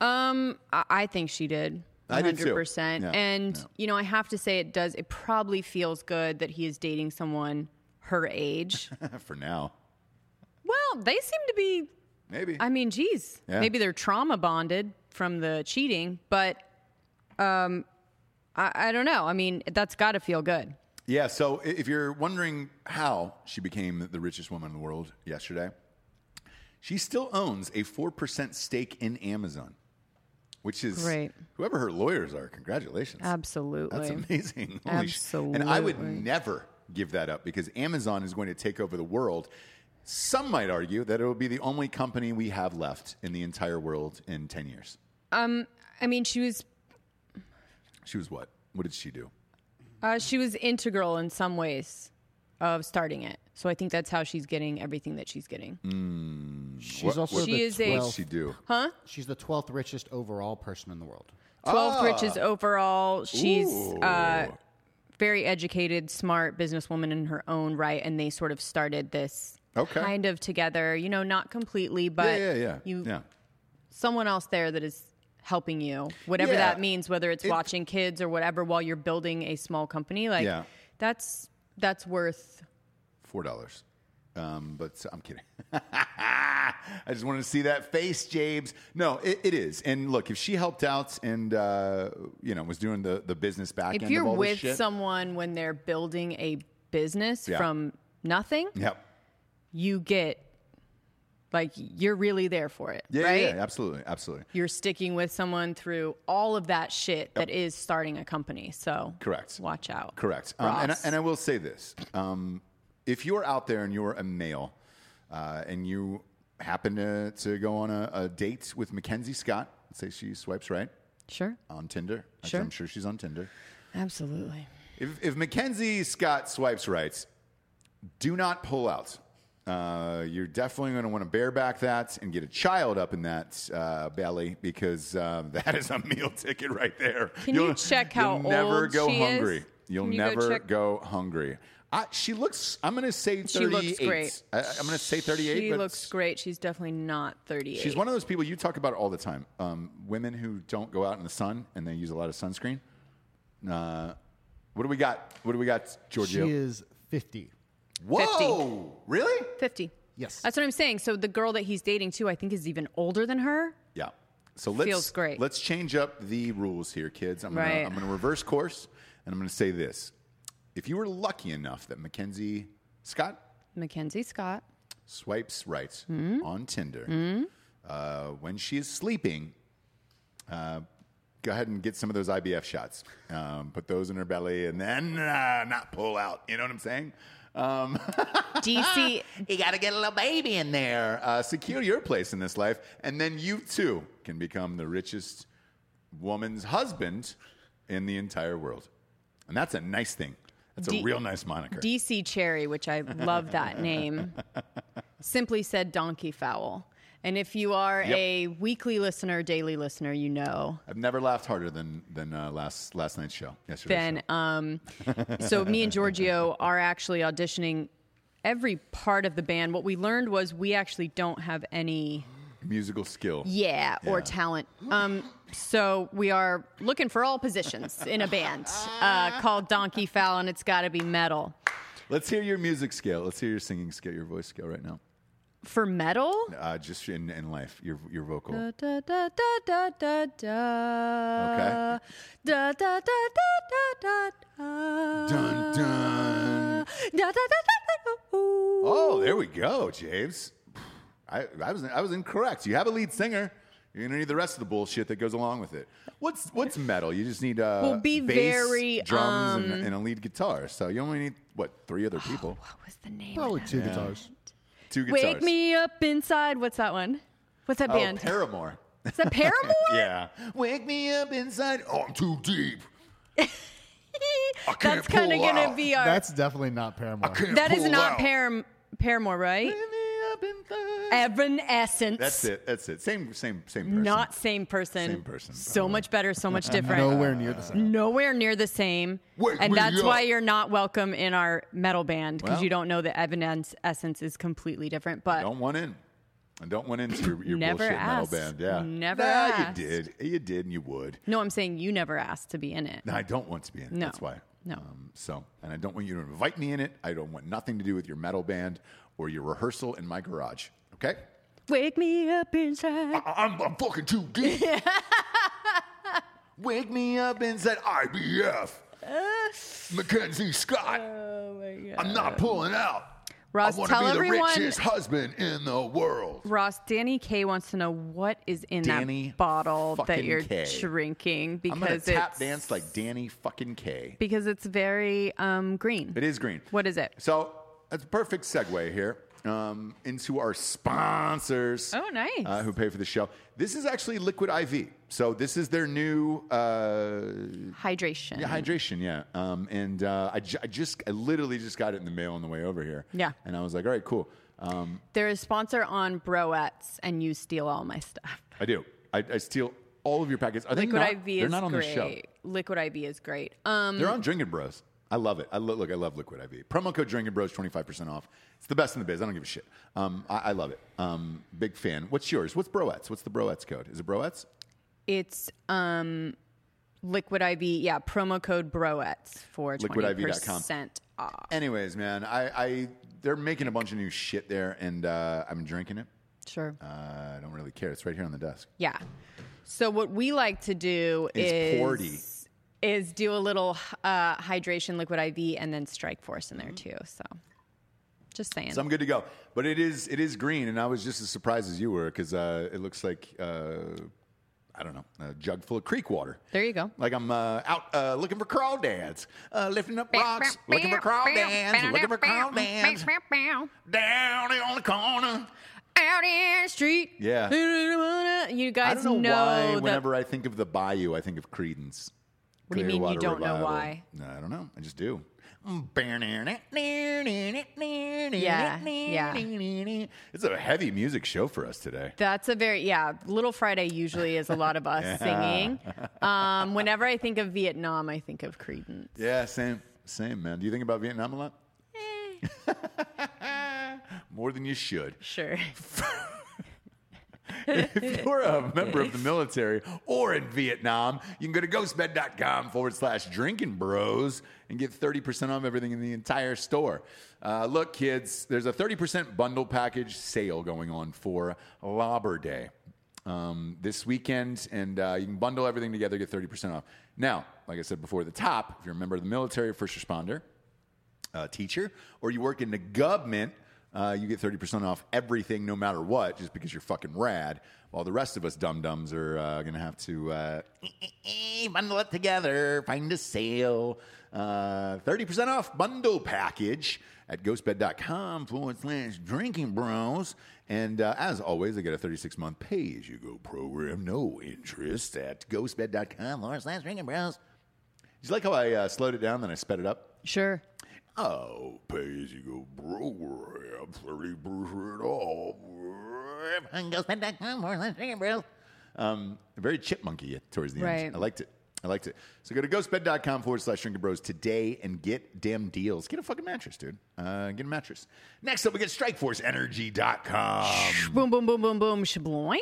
Um, I, I think she did. I did too. 100%. Yeah, And, yeah. you know, I have to say it does, it probably feels good that he is dating someone her age. For now, well, they seem to be, maybe. I mean, geez, Yeah. maybe they're trauma bonded from the cheating, but, um, I, I don't know. I mean, that's got to feel good. yeah. So i- if you're wondering how she became the richest woman in the world yesterday, she still owns a four percent stake in Amazon, which is Great. whoever her lawyers are. Congratulations. Absolutely. That's amazing. Holy sh- And I would Absolutely. never give that up because Amazon is going to take over the world. Some might argue that it will be the only company we have left in the entire world in 10 years. I mean, she was She was what? What did she do? Uh, she was integral in some ways of starting it. So I think that's how she's getting everything that she's getting. Mm. She's What- also what- the She is a- What 12th, did she do? She's the 12th richest overall person in the world. 12th riches overall. She's Ah. Ooh. uh, very educated, smart businesswoman in her own right. And they sort of started this Okay. kind of together, you know, not completely, yeah, but yeah, yeah. you yeah. someone else there that is helping you, whatever Yeah. that means, whether it's It- watching kids or whatever while you're building a small company. Like Yeah. that's that's worth $4. Um, but so- I'm kidding. I just wanted to see that face, James. No, it, it is. And look, if she helped out and uh, you know was doing the the business back If end you're of all this with shit, someone when they're building a business Yeah. from nothing, yep. you get like you're really there for it, Yeah, yeah, right? yeah, absolutely, absolutely, You're sticking with someone through all of that shit that is starting a company. So Correct. Watch out. correct. Um, and, I, Ross. and I will say this: um, if you're out there and you're a male uh, and you happen to to go on a, a date with Mackenzie Scott, let's say she swipes right Sure. on Tinder. Actually, Sure. I'm sure she's on Tinder. Absolutely. If, if Mackenzie Scott swipes right, do not pull out. Uh, you're definitely going to want to bareback that and get a child up in that uh, belly because um, that is a meal ticket right there. Can you check how you'll never old go she is? hungry. You'll Can you go never go, check- hungry. I, she looks. I'm going to say 38. She looks great. I, am going to say 38. She but looks great. She's definitely not 38. She's one of those people you talk about all the time. Um, women who don't go out in the sun and they use a lot of sunscreen. Uh, what do we got? What do we got, She Giorgio? is 50. Whoa! Really? 50. Yes. That's what I'm saying. So the girl that he's dating too, I think, is even older than her. Yeah. So let's Feels great. let's change up the rules here, kids. I'm gonna Right. I'm gonna reverse course and I'm gonna say this. If you were lucky enough that Mackenzie Scott Mackenzie Scott. swipes right on Tinder uh, when she is sleeping, uh, go ahead and get some of those IBF shots. Um, put those in her belly and then uh, not pull out. You know what I'm saying? Um, DC. you got to get a little baby in there. Uh, secure your place in this life, and then you too can become the richest woman's husband in the entire world. And that's a nice thing. That's D- a real nice moniker. DC Cherry, which I love that name, simply said donkey fowl. And if you are Yep. a weekly listener, daily listener, you know. I've never laughed harder than than uh, last last night's show. Yesterday's show. Then, um, so me and Giorgio are actually auditioning every part of the band. What we learned was we actually don't have any. musical skill. Yeah, or Yeah. talent. Um, so we are looking for all positions in a band uh, called Donkey Fowl, and it's got to be metal. Let's hear your music skill. Let's hear your singing skill, your voice skill right now. For metal, Uh, just in, in life, your your vocal. da da da da da da. Okay. Da da da da da da. Dun, dun. Da da da da da. Ooh. Oh, there we go, James. I, I was I was incorrect. You have a lead singer. You're gonna need the rest of the bullshit that goes along with it. What's what's metal? You just need uh, Well, be bass, very, drums um, and, and a lead guitar. So you only need what three other people? What was the name? Oh, Probably of that? two guitars. Two guitars. Wake me up inside. What's that one? What's that oh, band? Paramore. Is that Paramore? yeah. Wake me up inside. Oh, I'm too deep. can't That's kind of pull gonna out. be our. That's definitely not Paramore. That is pull not out. Param- Paramore, right? Wake me up inside. Evanescence. That's it. That's it. Same same same person. Not same person. Same person, Uh-huh. So much better. So much different. Nowhere near the same. Nowhere near the same. Wake and me that's up. why you're not welcome in our metal band because Well. you don't know that Evanescence essence is completely different. But Don't want in. I don't want into your, your Never bullshit asked. metal band. Yeah. Never nah, asked. you did. You did, and you would. no, I'm saying you never asked to be in it. No, I don't want to be in it. No. That's why. Um, No. so, and I don't want you to invite me in it. I don't want nothing to do with your metal band or your rehearsal in my garage. Okay? Wake me up inside. I- I'm, I'm fucking too deep. Wake me up inside IBF. Mackenzie Scott. Oh my God. I'm not pulling out. Ross, I want to tell be the everyone- richest husband in the world. Ross, Danny K wants to know what is in Danny that bottle that fucking you're K. drinking I'm gonna because tap it's dance like Danny fucking K. because it's very um, green. It is green. What is it? So that's a perfect segue here um, into our sponsors. Oh, nice. Uh, who pay for the show? This is actually Liquid IV. So this is their new uh, Hydration. yeah, hydration. Yeah, um, and uh, I, ju- I just I literally just got it in the mail on the way over here. Yeah. and I was like, all right, cool. Um, They're a sponsor on Broettes, and you steal all my stuff. I do. I, I steal all of your packets. Are they Liquid not? IV they're is not on great. the show. Liquid IV is great. Um, They're on Drinking Bros. I love it. I lo- look. I love Liquid IV. Promo code Drinking Bros. Twenty five percent off. It's the best in the biz. I don't give a shit. Um, I, I love it. Um, big fan. What's yours? What's Broettes? What's the Broettes code? Is it Broettes? it's um, Liquid IV. Yeah, promo code Broettes for LiquidIV.com. twenty percent off. Anyways, man, I, I They're making a bunch of new shit there, and uh, I'm drinking it. Sure. Uh, I don't really care. It's right here on the desk. Yeah. So what we like to do Is is Porty. is do a little uh, hydration, liquid IV, and then Strike Force in there too. So just saying. So I'm good to go. But it is it is green, and I was just as surprised as you were because uh, it looks like uh, I don't know a jug full of creek water. there you go. Like I'm uh, out uh, looking for crawdads, uh, lifting up rocks, looking for crawdads, looking for crawdads down on the corner. Out in the street. Yeah. You I guys don't know, why. the- Whenever I think of the bayou, I think of Credence. What do you mean you Clearwater don't know Revival. why? No, I don't know. I just do. Yeah, yeah. It's a heavy music show for us today. That's a very yeah. Little Friday usually is a lot of us singing. Um, whenever I think of Vietnam, I think of Credence. Yeah, same, same, man. Do you think about Vietnam a lot? Eh. More than you should. Sure. If you're a member of the military or in Vietnam, you can go to ghostbed.com forward slash drinking bros and get 30% off everything in the entire store. Uh, look, kids, there's a 30% bundle package sale going on for Labor Day um, this weekend, and uh, you can bundle everything together, get 30% off. Now, like I said before at the top, if you're a member of the military, first responder, uh, teacher or you work in the government, uh, you get 30% off everything no matter what just because you're fucking rad, while the rest of us dum dums are uh, going to have to uh, bundle it together, find a sale. Uh, 30% off bundle package at ghostbed.com forward slash drinking bros. And uh, as always, I get a 36 month pay as you go program, no interest at ghostbed.com forward slash drinking bros. Did you like how I uh, slowed it down, then I sped it up? Sure. Oh, pay as you go program, 30% off. Um, very chipmunky towards the end. Right. I liked it. I liked it. So go to ghostbed.com forward slash drinking bros today and get damn deals. Get a fucking mattress, dude. Uh, get a mattress. Next up, we get strikeforceenergy.com. Boom, boom, boom, boom, boom. Shabloinkers.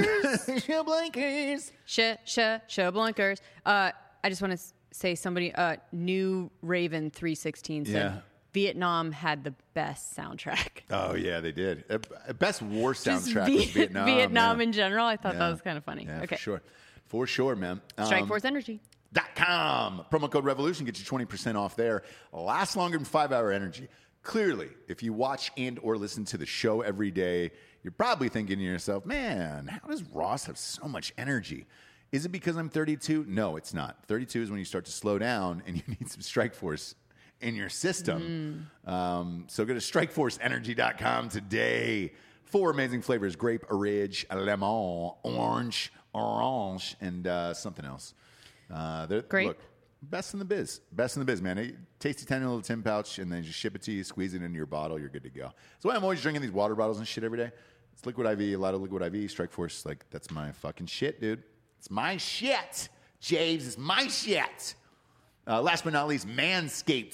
Blankers. sh, sh, shabloinkers. Uh, I just want to say somebody, uh, New Raven 316 said Yeah. Vietnam had the best soundtrack. Oh, yeah, they did. Uh, Best war Just soundtrack Vi- was Vietnam. Vietnam yeah. in general. I thought Yeah. that was kind of funny. Yeah, okay. for sure. For sure, man. Strike Um, Force Energy. dot com. Promo code Revolution gets you 20% off there. Last longer than five hour energy. Clearly, if you watch and or listen to the show every day, you're probably thinking to yourself, man, how does Ross have so much energy? Is it because I'm 32? No, it's not. 32 is when you start to slow down and you need some strike force in your system. Um, so go to strikeforceenergy.com today. Four amazing flavors grape, orange, lemon, orange, orange, and uh, something else. Uh, they're, Grape? Look, best in the biz. Best in the biz, man. They- tasty, tiny little tin pouch, and then just ship it to you, squeeze it into your bottle, you're good to go. That's why I'm always drinking these water bottles and shit every day. It's liquid IV, a lot of liquid IV, Strike Force. Like, that's my fucking shit, dude. It's my shit. Javes, it's my shit. Uh, last but not least,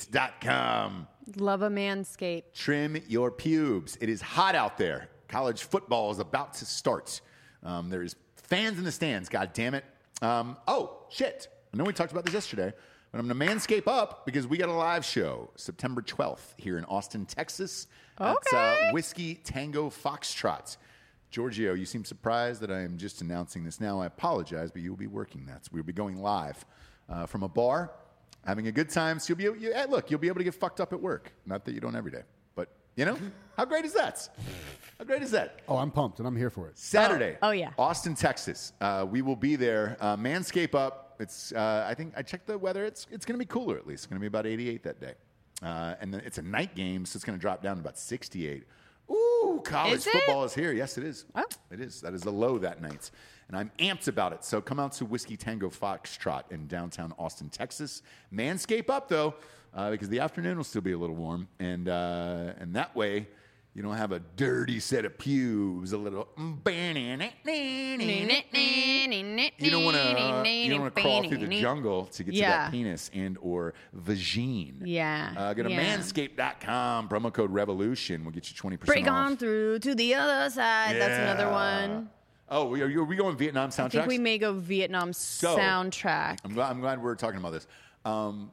manscaped.com. Love a manscape. Trim your pubes. It is hot out there. College football is about to start. Um, there is fans in the stands. God damn it! Um, oh shit! I know we talked about this yesterday, but I'm gonna manscape up because we got a live show September 12th here in Austin, Texas. That's uh, Okay. Whiskey Tango Foxtrot. Giorgio, you seem surprised that I am just announcing this now. I apologize, but you will be working that. We'll be going live uh, from a bar, having a good time. So you'll be, you, hey, look, you'll be able to get fucked up at work. Not that you don't every day, but you know, how great is that? How great is that? Oh, I'm pumped and I'm here for it. Saturday. Oh, oh, yeah. Austin, Texas. Uh, we will be there. Uh, Manscape up. It's. Uh, I think I checked the weather. It's. It's going to be cooler at least. It's going to be about 88 that day. Uh, and then it's a night game, so it's going to drop down to about 68. Ooh, college Is it? football is here. Yes, it is. Oh. It is. That is the low that night. And I'm amped about it. So come out to Whiskey Tango Foxtrot in downtown Austin, Texas. Manscape up, though, uh, because the afternoon will still be a little warm. And, uh, and that way, you don't have a dirty set of pubes, a little. mm, You don't want to. Uh, you don't want to crawl through the jungle to get to Yeah. that penis and or vagine. Yeah, Uh, go to yeah. manscaped.com. Promo code revolution will get you twenty percent Break off. on through to the other side. That's another one. Oh, are, you, are we going Vietnam soundtracks? I think we may go Vietnam soundtrack. I'm glad, I'm glad we're talking about this. Um,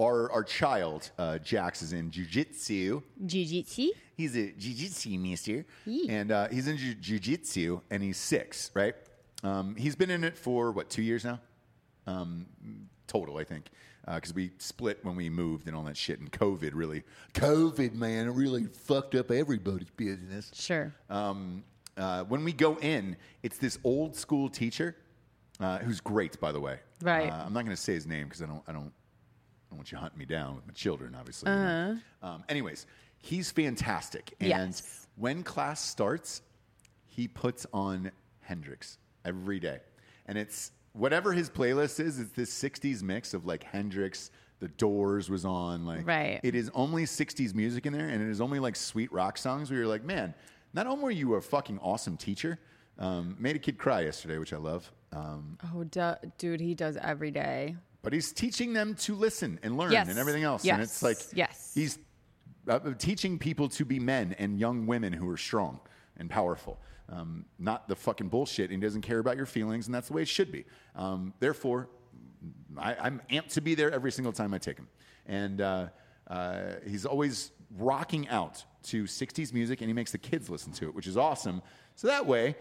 Our, our child, uh, Jax, is in jujitsu. Jiu-jitsu. He's a jujitsu master. Yee. And uh, he's in ju- jujitsu and he's six, right? Um, he's been in it for, what, two years now? Um, total, I think. Because we split when we moved and all that shit. And COVID really, COVID, man, it really fucked up everybody's business Sure. um, uh, when we go in, it's this old school teacher uh, who's great, by the way. Right. Uh, I'm not going to say his name because I don't, I don't, I don't want you hunting me down with my children, obviously. you know. Um, anyways, he's fantastic, and Uh-huh. Yes. when class starts, he puts on Hendrix every day, and it's whatever his playlist is. It's this '60s mix of like Hendrix. The Doors was on, like Right. it is only 60s music in there and it is only like sweet rock songs where you're like man not only were you a fucking awesome teacher um, made a kid cry yesterday which i love um, oh, du- dude, he does every day. but he's teaching them to listen and learn Yes. and everything else and it's Yes. like Yes. he's uh, teaching people to be men and young women who are strong and powerful um, not the fucking bullshit and he doesn't care about your feelings and that's the way it should be um, therefore I, I'm amped to be there every single time I take him. And uh, uh, he's always rocking out to 60s music and he makes the kids listen to it, which is awesome. So that way,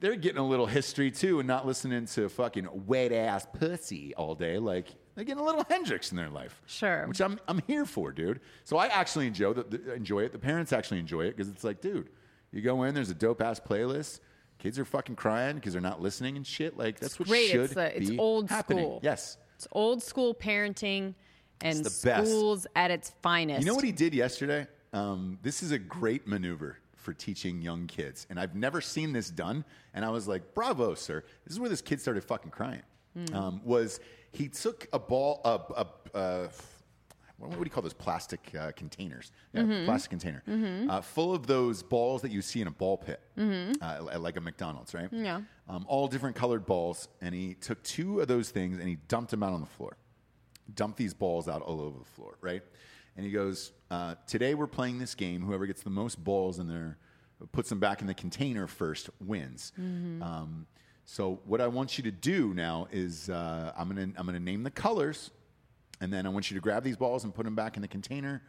they're getting a little history too and not listening to fucking wet ass pussy all day. Like, they're getting a little Hendrix in their life. Sure. Which I'm, I'm here for, dude. So I actually enjoy, the, the, enjoy it. The parents actually enjoy it because it's like, dude, you go in, there's a dope ass playlist. Kids are fucking crying because they're not listening and shit. Like that's what great. should It's the- it's be old happening. school. Yes, It's old school parenting and It's the best. schools at its finest. You know what he did yesterday? Um, this is a great maneuver for teaching young kids, and I've never seen this done. And I was like, "Bravo, sir!" This is where this kid started fucking crying. Um, was he took a ball, a, a, a what what do you call those plastic uh, containers? Yeah, plastic container uh, full of those balls that you see in a ball pit, uh, at like a McDonald's, right? Yeah. Um, all different colored balls, and he took two of those things and he dumped them out on the floor dump these balls out all over the floor, right? And he goes, uh, Today we're playing this game. Whoever gets the most balls in there, puts them back in the container first, wins. Um, so, what I want you to do now is uh, I'm going to I'm gonna name the colors, and then I want you to grab these balls and put them back in the container.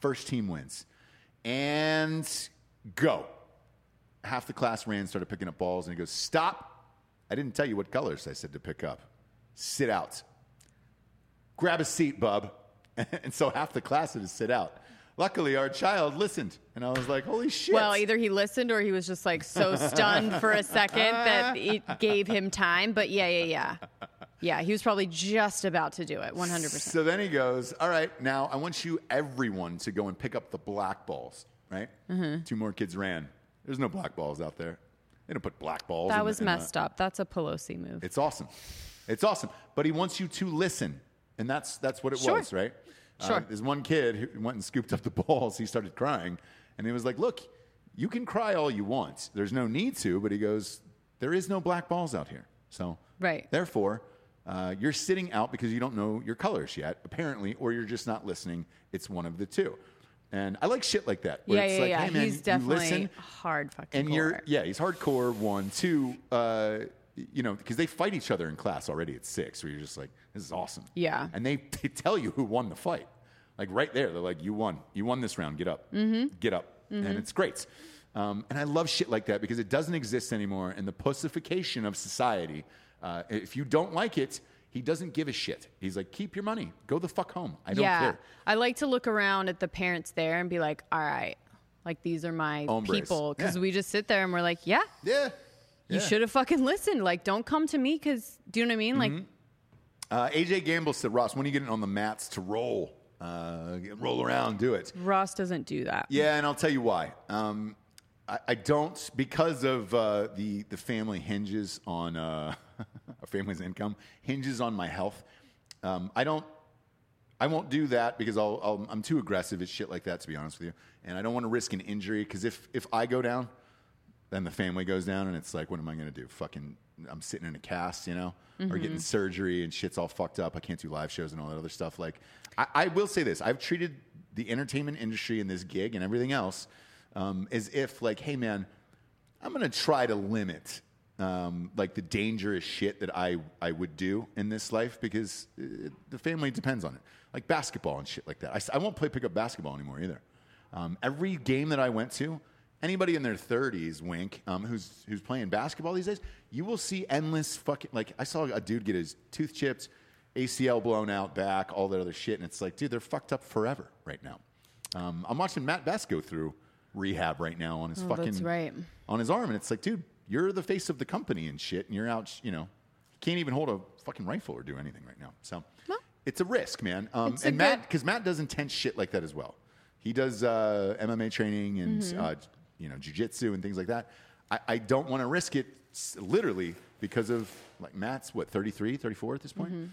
First team wins. And go. Half the class ran, started picking up balls, and he goes, Stop. I didn't tell you what colors I said to pick up. Sit out grab a seat, bub. And so half the class had to sit out. Luckily, our child listened. And I was like, holy shit. Well, either he listened or he was just like so stunned for a second that it gave him time. But yeah, yeah, yeah. Yeah, he was probably just about to do it 100%. So then he goes, all right, now I want you, everyone, to go and pick up the black balls, right? Mm-hmm. Two more kids ran. There's no black balls out there. They don't put black balls. That was messed up. That's a Pelosi move. It's awesome. It's awesome. But he wants you to listen. And that's that's what it Sure. was, right? Sure. there's one kid who went and scooped up the balls. He started crying. And he was like, Look, you can cry all you want. There's no need to. But he goes, There is no black balls out here. So Right. therefore, uh, you're sitting out because you don't know your colors yet, apparently, or you're just not listening. It's one of the two. And I like shit like that. Where Yeah, it's yeah, like, yeah. hey man, He's you definitely listen hard fucking and you're core. yeah he's hardcore one two uh you know because they fight each other in class already at six where you're just like this is awesome Yeah. and they, they tell you who won the fight like right there they're like you won you won this round get up mm-hmm. get up and it's great um, and i love shit like that because it doesn't exist anymore and the pussification of society uh, if you don't like it he doesn't give a shit he's like keep your money go the fuck home i don't yeah. care I like to look around at the parents there and be like, all right, like these are my Hombres. people. Because Yeah. we just sit there and we're like, yeah, yeah you Yeah. should have fucking listened. Like, don't come to me because, do you know what I mean? Like, Uh, AJ Gamble said, Ross, when are you getting on the mats to roll? Uh, roll around, do it. Ross doesn't do that. Yeah, and I'll tell you why. Um, I, I don't because of uh, the the family hinges on uh, our family's income hinges on my health. Um, I don't. I won't do that because I'll, I'll, I'm too aggressive at shit like that, to be honest with you. And I don't want to risk an injury because if, if I go down, then the family goes down, and it's like, what am I going to do? Fucking, I'm sitting in a cast, you know, or getting surgery and shit's all fucked up. I can't do live shows and all that other stuff. Like, I, I will say this: I've treated the entertainment industry and this gig and everything else um, as if, like, hey man, I'm going to try to limit um, like the dangerous shit that I, I would do in this life because uh the family depends on it. Like basketball and shit like that. I, s- I won't play pickup basketball anymore either. Um, every game that I went to, anybody in their 30s, wink, um, who's, who's playing basketball these days, you will see endless fucking. Like, I saw a dude get his tooth chipped, ACL blown out, back, all that other shit. And it's like, dude, they're fucked up forever right now. Um, I'm watching Matt Best go through rehab right now on his fucking Oh, that's right. on his arm, and it's like, dude, you're the face of the company and shit, and you're out, you know, can't even hold a fucking rifle or do anything right now. So it's a risk, man. Um, It's a and Matt, good- because Matt does intense shit like that as well. He does uh, MMA training and Mm-hmm. uh, you know jujitsu and things like that. I, I don't want to risk it, s- literally, because of like Matt's what 33, 34 at this point. Mm-hmm.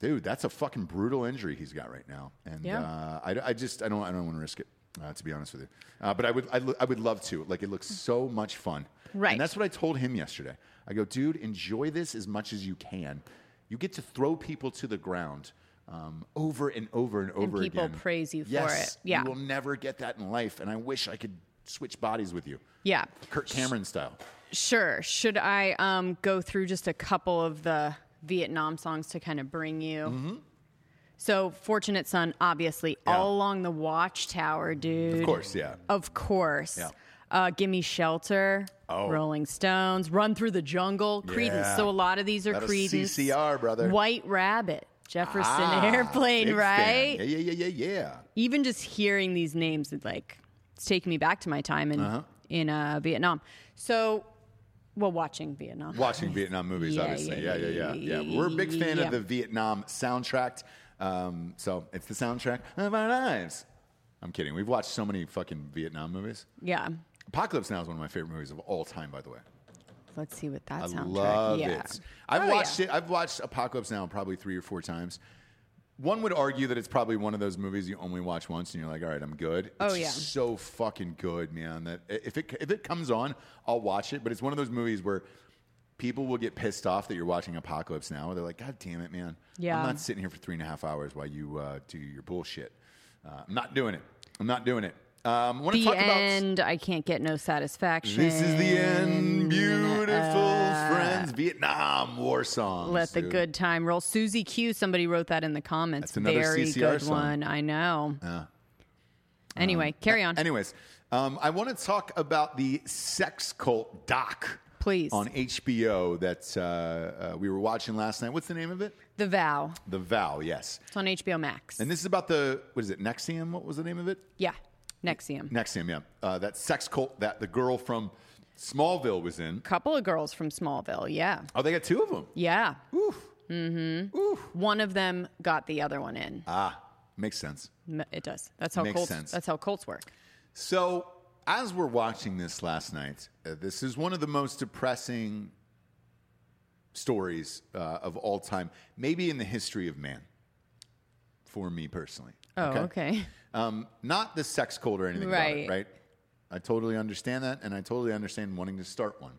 Dude, that's a fucking brutal injury he's got right now, and Yeah. uh, I, I just I don't I don't want to risk it. Uh, to be honest with you, uh, but I would I, lo- I would love to. Like, it looks so much fun. Right. and that's what I told him yesterday. I go, dude, enjoy this as much as you can. You get to throw people to the ground um, over and over and over And people again. praise you for Yes, it. Yeah. you will never get that in life, and I wish I could switch bodies with you. Yeah. Kurt Cameron style. Sure. Should I um, go through just a couple of the Vietnam songs to kind of bring you? So, Fortunate Son, obviously, Mm-hmm. Yeah. all along the Watchtower, dude. Oh, Of course, yeah. Of course. Yeah. Uh, Gimme Shelter, Oh. Rolling Stones, Run Through the Jungle, Credence. Yeah. So, a lot of these are That is Credence. CCR, brother. White Rabbit, Jefferson Ah, Airplane, big fan. right? Yeah, yeah, yeah, yeah, yeah. even just hearing these names, it like it's taking me back to my time in Uh-huh. in uh, Vietnam. So, well, watching Vietnam. Watching Vietnam movies, Yeah, obviously. Yeah, yeah, yeah, yeah, yeah, yeah. yeah, We're a big fan yeah. of the Vietnam soundtrack. Um, so it's the soundtrack of our lives. I'm kidding. We've watched so many fucking Vietnam movies. Yeah, Apocalypse Now is one of my favorite movies of all time, by the way. let's see what that I soundtrack. love yeah. it. I've Oh, watched yeah. it. I've watched Apocalypse Now probably three or four times. One would argue that it's probably one of those movies you only watch once and you're like, all right, I'm good. It's Oh, yeah. so fucking good, man. That if it if it comes on, I'll watch it. But it's one of those movies where people will get pissed off that you're watching Apocalypse Now. They're like, God damn it, man. Yeah. I'm not sitting here for three and a half hours while you uh, do your bullshit. Uh, I'm not doing it. I'm not doing it. Um, I want to The talk about end. I can't get no satisfaction. this is the end, beautiful Uh, friends. Vietnam war songs. Let the dude. good time roll. Susie Q. Somebody wrote that in the comments. That's another Very CCR good song. Uh. one. I know. anyway, carry on. Anyways, um, I want to talk about the sex cult doc. Please. On HBO that uh, uh, we were watching last night. What's the name of it? the Vow. The Vow, yes. It's on HBO Max. And this is about the, what is it, Nexium? What was the name of it? yeah. Nexium. Nexium, yeah. Uh, that sex cult that the girl from Smallville was in. Couple of girls from Smallville. Yeah. Oh, they got two of them. Yeah. Oof. Mm-hmm. One of them got the other one in. Ah, makes sense. M- it does. That's how makes Colts. sense. That's how Colts work. So, as we're watching this last night, uh, this is one of the most depressing stories uh, of all time, maybe in the history of man, for me personally. Oh, okay. Um, not the sex cult or anything right. Right. right? I totally understand that, and I totally understand wanting to start one.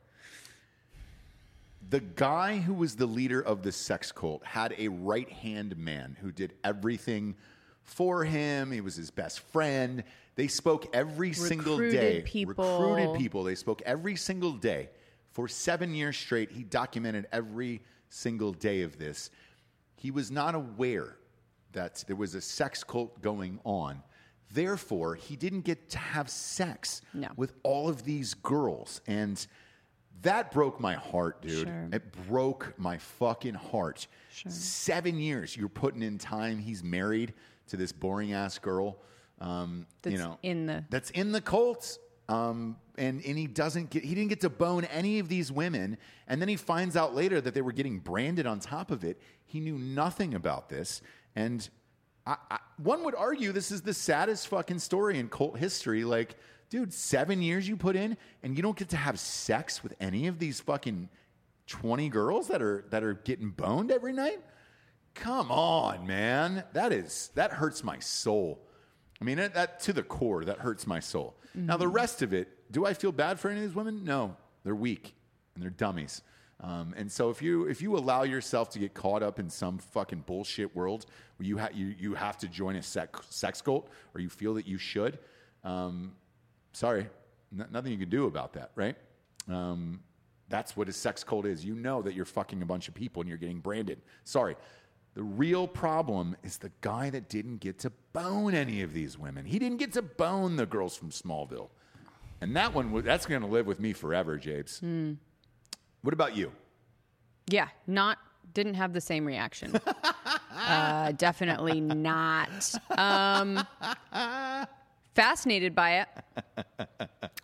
The guy who was the leader of the sex cult had a right hand man who did everything for him. He was his best friend. They spoke every single day. Recruited people. Recruited people. They spoke every single day for seven years straight. He documented every single day of this. He was not aware that there was a sex cult going on. Therefore, he didn't get to have sex No. with all of these girls. And that broke my heart, dude. Sure. It broke my fucking heart. Seven years you're putting in time. He's married to this boring ass girl. Um, you That's know, in the- that's in the cult. Um, and and he doesn't get he didn't get to bone any of these women, and then he finds out later that they were getting branded on top of it. He knew nothing about this, and I, I, one would argue this is the saddest fucking story in cult history. Like, dude, seven years you put in, and you don't get to have sex with any of these fucking twenty girls that are that are getting boned every night. Come on, man. That is that hurts my soul. I mean, that, that to the core, that hurts my soul. Now, the rest of it, do I feel bad for any of these women? No, they're weak and they're dummies. Um, and so, if you if you allow yourself to get caught up in some fucking bullshit world where you ha- you you have to join a sex sex cult or you feel that you should, um, sorry, n- nothing you can do about that, right? Um, That's what a sex cult is. You know that you're fucking a bunch of people and you're getting branded. Sorry. The real problem is the guy that didn't get to bone any of these women. He didn't get to bone the girls from Smallville. And that one, wa- that's going to live with me forever, Japes. Hmm. What about you? Yeah, not didn't have the same reaction. uh, definitely not. Um, fascinated by it.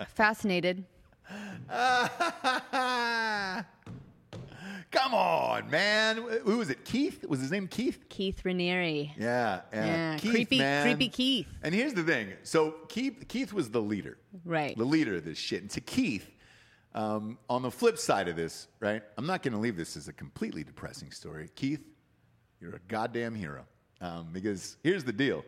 Fascinated. Come on, man. Who was it? Keith? Was his name Keith? Keith Raniere. Yeah. Yeah. Yeah, Keith, creepy- man. creepy Keith. And here's the thing. So Keith, Keith was the leader. Right. The leader of this shit. And to Keith, um, on the flip side of this, right? I'm not going to leave this as a completely depressing story. Keith, you're a goddamn hero. Um, because here's the deal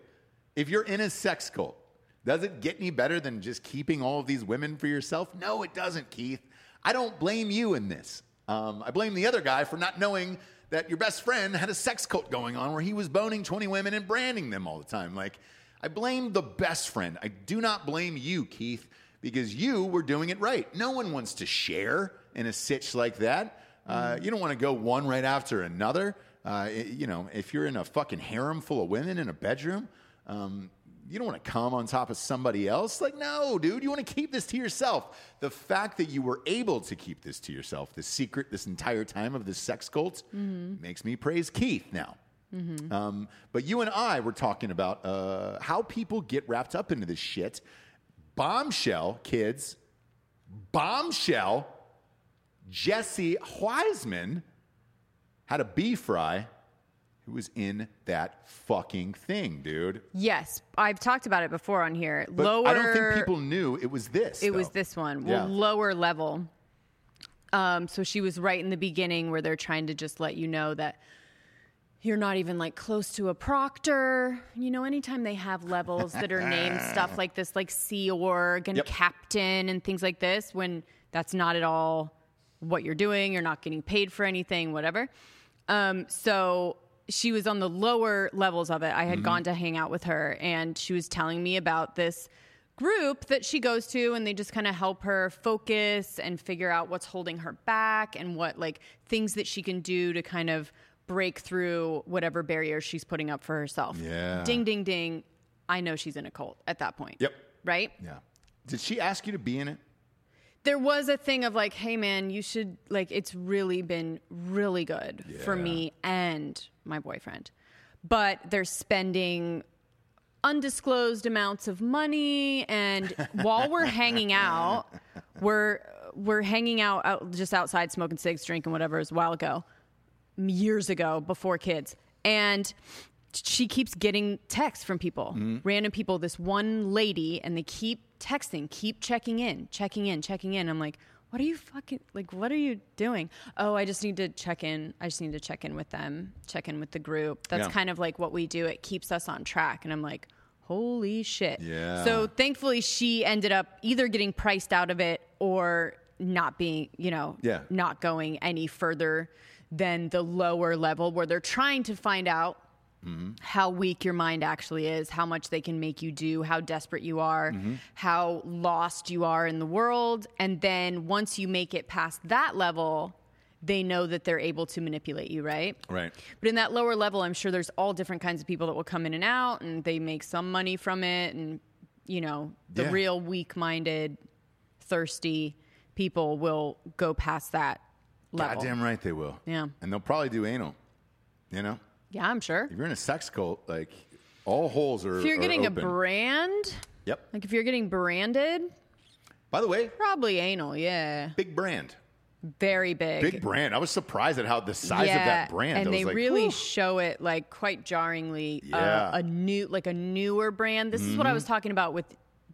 if you're in a sex cult, does it get any better than just keeping all of these women for yourself? No, it doesn't, Keith. I don't blame you in this. Um, I blame the other guy for not knowing that your best friend had a sex cult going on where he was boning 20 women and branding them all the time. Like, I blame the best friend. I do not blame you, Keith, because you were doing it right. No one wants to share in a sitch like that. Uh, you don't want to go one right after another. Uh, i- you know, if you're in a fucking harem full of women in a bedroom, um, you don't want to come on top of somebody else. Like, no, dude, you want to keep this to yourself. The fact that you were able to keep this to yourself, the secret this entire time of this sex cult, makes me praise Keith now. Um, but you and I were talking about uh, how people get wrapped up into this shit. Bombshell, kids, bombshell, Jesse Wiseman had a bee fry who was in that fucking thing, dude. Yes, I've talked about it before on here. But lower. I don't think people knew it was this. It was though. this one. Well, Yeah. lower level. Um, so she was right in the beginning where they're trying to just let you know that you're not even like close to a proctor. You know, anytime they have levels that are named stuff like this, like Sea Org and Yep. Captain and things like this, when that's not at all what you're doing, you're not getting paid for anything, whatever. Um, so she was on the lower levels of it. I Mm-hmm. had gone to hang out with her, and she was telling me about this group that she goes to, and they just kind of help her focus and figure out what's holding her back and what like things that she can do to kind of break through whatever barrier she's putting up for herself. Yeah. Ding, ding, ding. I know she's in a cult at that point. Yep. Right? Yeah. Did she ask you to be in it? there was a thing of like, hey man, you should like it's really been really good for Yeah. me and my boyfriend. But they're spending undisclosed amounts of money and while we're hanging out, we're we're hanging out, out just outside smoking cigs, drinking whatever it was a while ago years ago before kids and she keeps getting texts from people Mm-hmm. random people this one lady and they keep texting keep checking in checking in checking in i'm like what are you fucking like what are you doing oh i just need to check in i just need to check in with them check in with the group that's Yeah. kind of like what we do it keeps us on track and i'm like holy shit Yeah. so thankfully she ended up either getting priced out of it or not being you know Yeah. not going any further than the lower level where they're trying to find out how weak your mind actually is, how much they can make you do, how desperate you are, how lost you are in the world. And then once you make it past that level, they know that they're able to manipulate you, right? Right. But in that lower level, I'm sure there's all different kinds of people that will come in and out and they make some money from it and you know, the Yeah. real weak-minded, thirsty people will go past that level. Goddamn right they will. Yeah. And they'll probably do anal. You know? Yeah, I'm sure. If you're in a sex cult, like all holes are If you're are getting a open. brand, Yep. like if you're getting branded, By the way, probably anal, yeah. big brand. Very big. Big brand. I was surprised at how the size of that brand. And I was they like, really whew. show it like quite jarringly. Yeah. Mm-hmm. Uh, a new, like a newer brand. This is what I was talking about with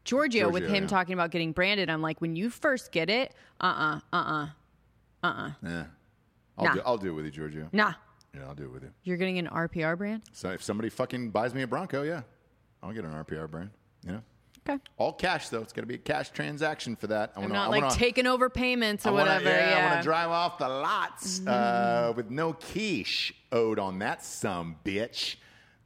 Giorgio, with Giorgio, him yeah. talking about getting branded. I'm like, when you first get it, uh uh, uh uh, Yeah. I'll, Nah. do, I'll do it with you, Giorgio. nah. Yeah, I'll do it with you. You're getting an RPR brand? So if somebody fucking buys me a Bronco, yeah, I'll get an RPR brand. You know, Okay. all cash though. It's got to be a cash transaction for that. I I'm wanna- not I like wanna- taking over payments or I wanna- yeah, whatever. I yeah. Mm-hmm. want to drive off the lots uh, with no quiche owed on that some bitch.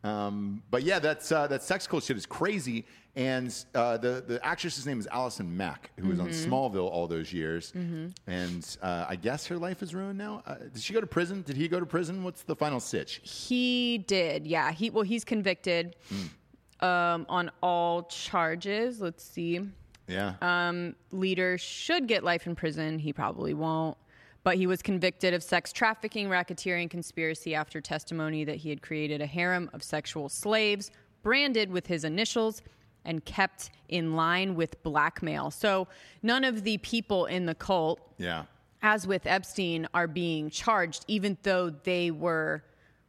Um, but yeah, that's uh, that sex cult shit is crazy, And uh, the the actress's name is Allison Mack, who was Mm-hmm. on Smallville all those years. And uh, I guess her life is ruined now. Uh, did she go to prison? Did he go to prison? What's the final stitch? He did, yeah. He well, he's convicted Mm. um, on all charges. Let's see. Yeah. Uh, Leader should get life in prison. He probably won't. But he was convicted of sex trafficking, racketeering, conspiracy after testimony that he had created a harem of sexual slaves branded with his initials and kept in line with blackmail. So none of the people in the cult yeah. as with Epstein, are being charged, even though they were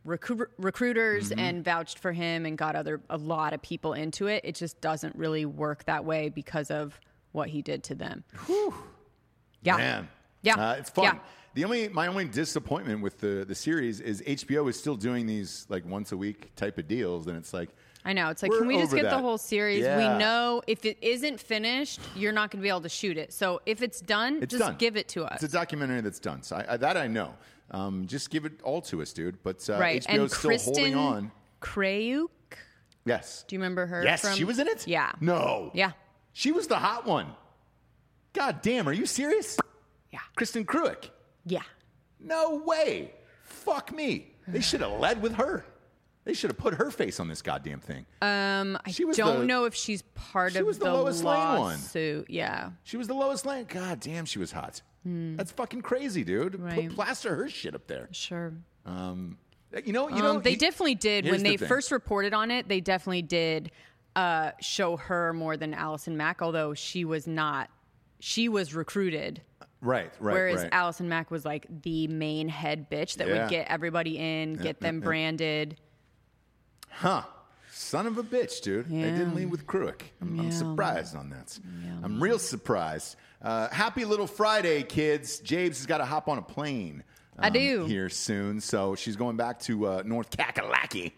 recru- recruiters Mm-hmm. and vouched for him and got other a lot of people into it. It just doesn't really work that way because of what he did to them. Yeah. Man. Yeah. Uh, it's fun. Yeah. The only my only disappointment with the the series is HBO is still doing these like once a week type of deals, and it's like I know. It's like, We're can we just over get that. the whole series? Yeah. We know if it isn't finished, you're not going to be able to shoot it. So if it's done, it's just done. give it to us. It's a documentary that's done. So I, I, that I know. Um, just give it all to us, dude. But uh, right. HBO's and still Kristen holding on. Krayuk, Yes. do you remember her? Yes, from- she was in it. Yeah. No. Yeah. She was the hot one. God damn, are you serious? Yeah. Kristen Cruick. Yeah. No way. Fuck me. They should have led with her. They should have put her face on this goddamn thing. Um, I She was don't the- know if she's part she of was the the, Lois Lane one. lawsuit. Yeah, She was the lowest lane. God damn, she was hot. That's fucking crazy, dude. Hmm. Right. Put plaster her shit up there. sure. Um, you know, you know, um, they you- definitely did here's when the they thing. first reported on it. They definitely did uh, show her more than Allison Mack, although she was not. She was recruited, Right, right, whereas right. Allison Mack was like the main head bitch that Yeah. would get everybody in, get them branded. Huh. Son of a bitch, dude. They didn't Yeah. lead with Cruick. I'm, I'm Yeah. surprised on that. I'm real surprised. Uh, happy little Friday, kids. James has got to hop on a plane. I um, do. Here soon. So she's going back to uh, North Kakalaki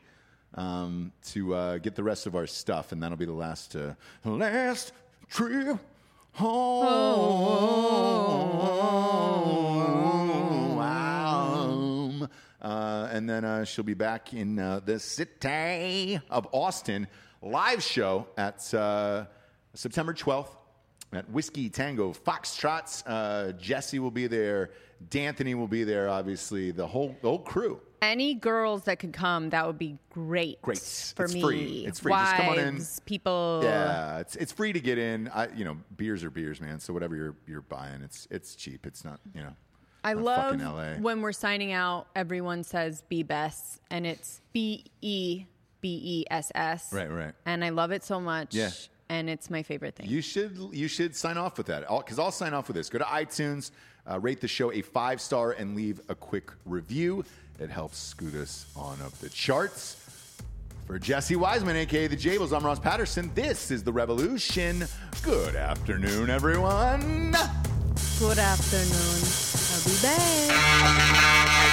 um, to uh, get the rest of our stuff. And that'll be the last, uh, last trip home. Um, uh, and then uh, she'll be back in uh, the city of Austin live show at uh, September 12th at Whiskey Tango Foxtrots. Uh, Jesse will be there. D'Anthony will be there. Obviously, the whole the whole crew. Any girls that could come, that would be great. Great. for It's me. free. It's free. Just come on in. Wives, people. Yeah, it's it's free to get in. I, you know, beers are beers, man. So whatever you're you're buying, it's it's cheap. It's not you know. I not love fucking LA. when we're signing out, everyone says be best, and it's B E B E S S. Right, right. And I love it so much. Yeah. And it's my favorite thing. You should you should sign off with that because I'll sign off with this. Go to iTunes, uh, rate the show a five star, and leave a quick review. It helps scoot us on up the charts. For Jesse Wiseman, aka the Jables, I'm Ross Patterson. This is the Revolution. Good afternoon, everyone. Good afternoon. I'll be back.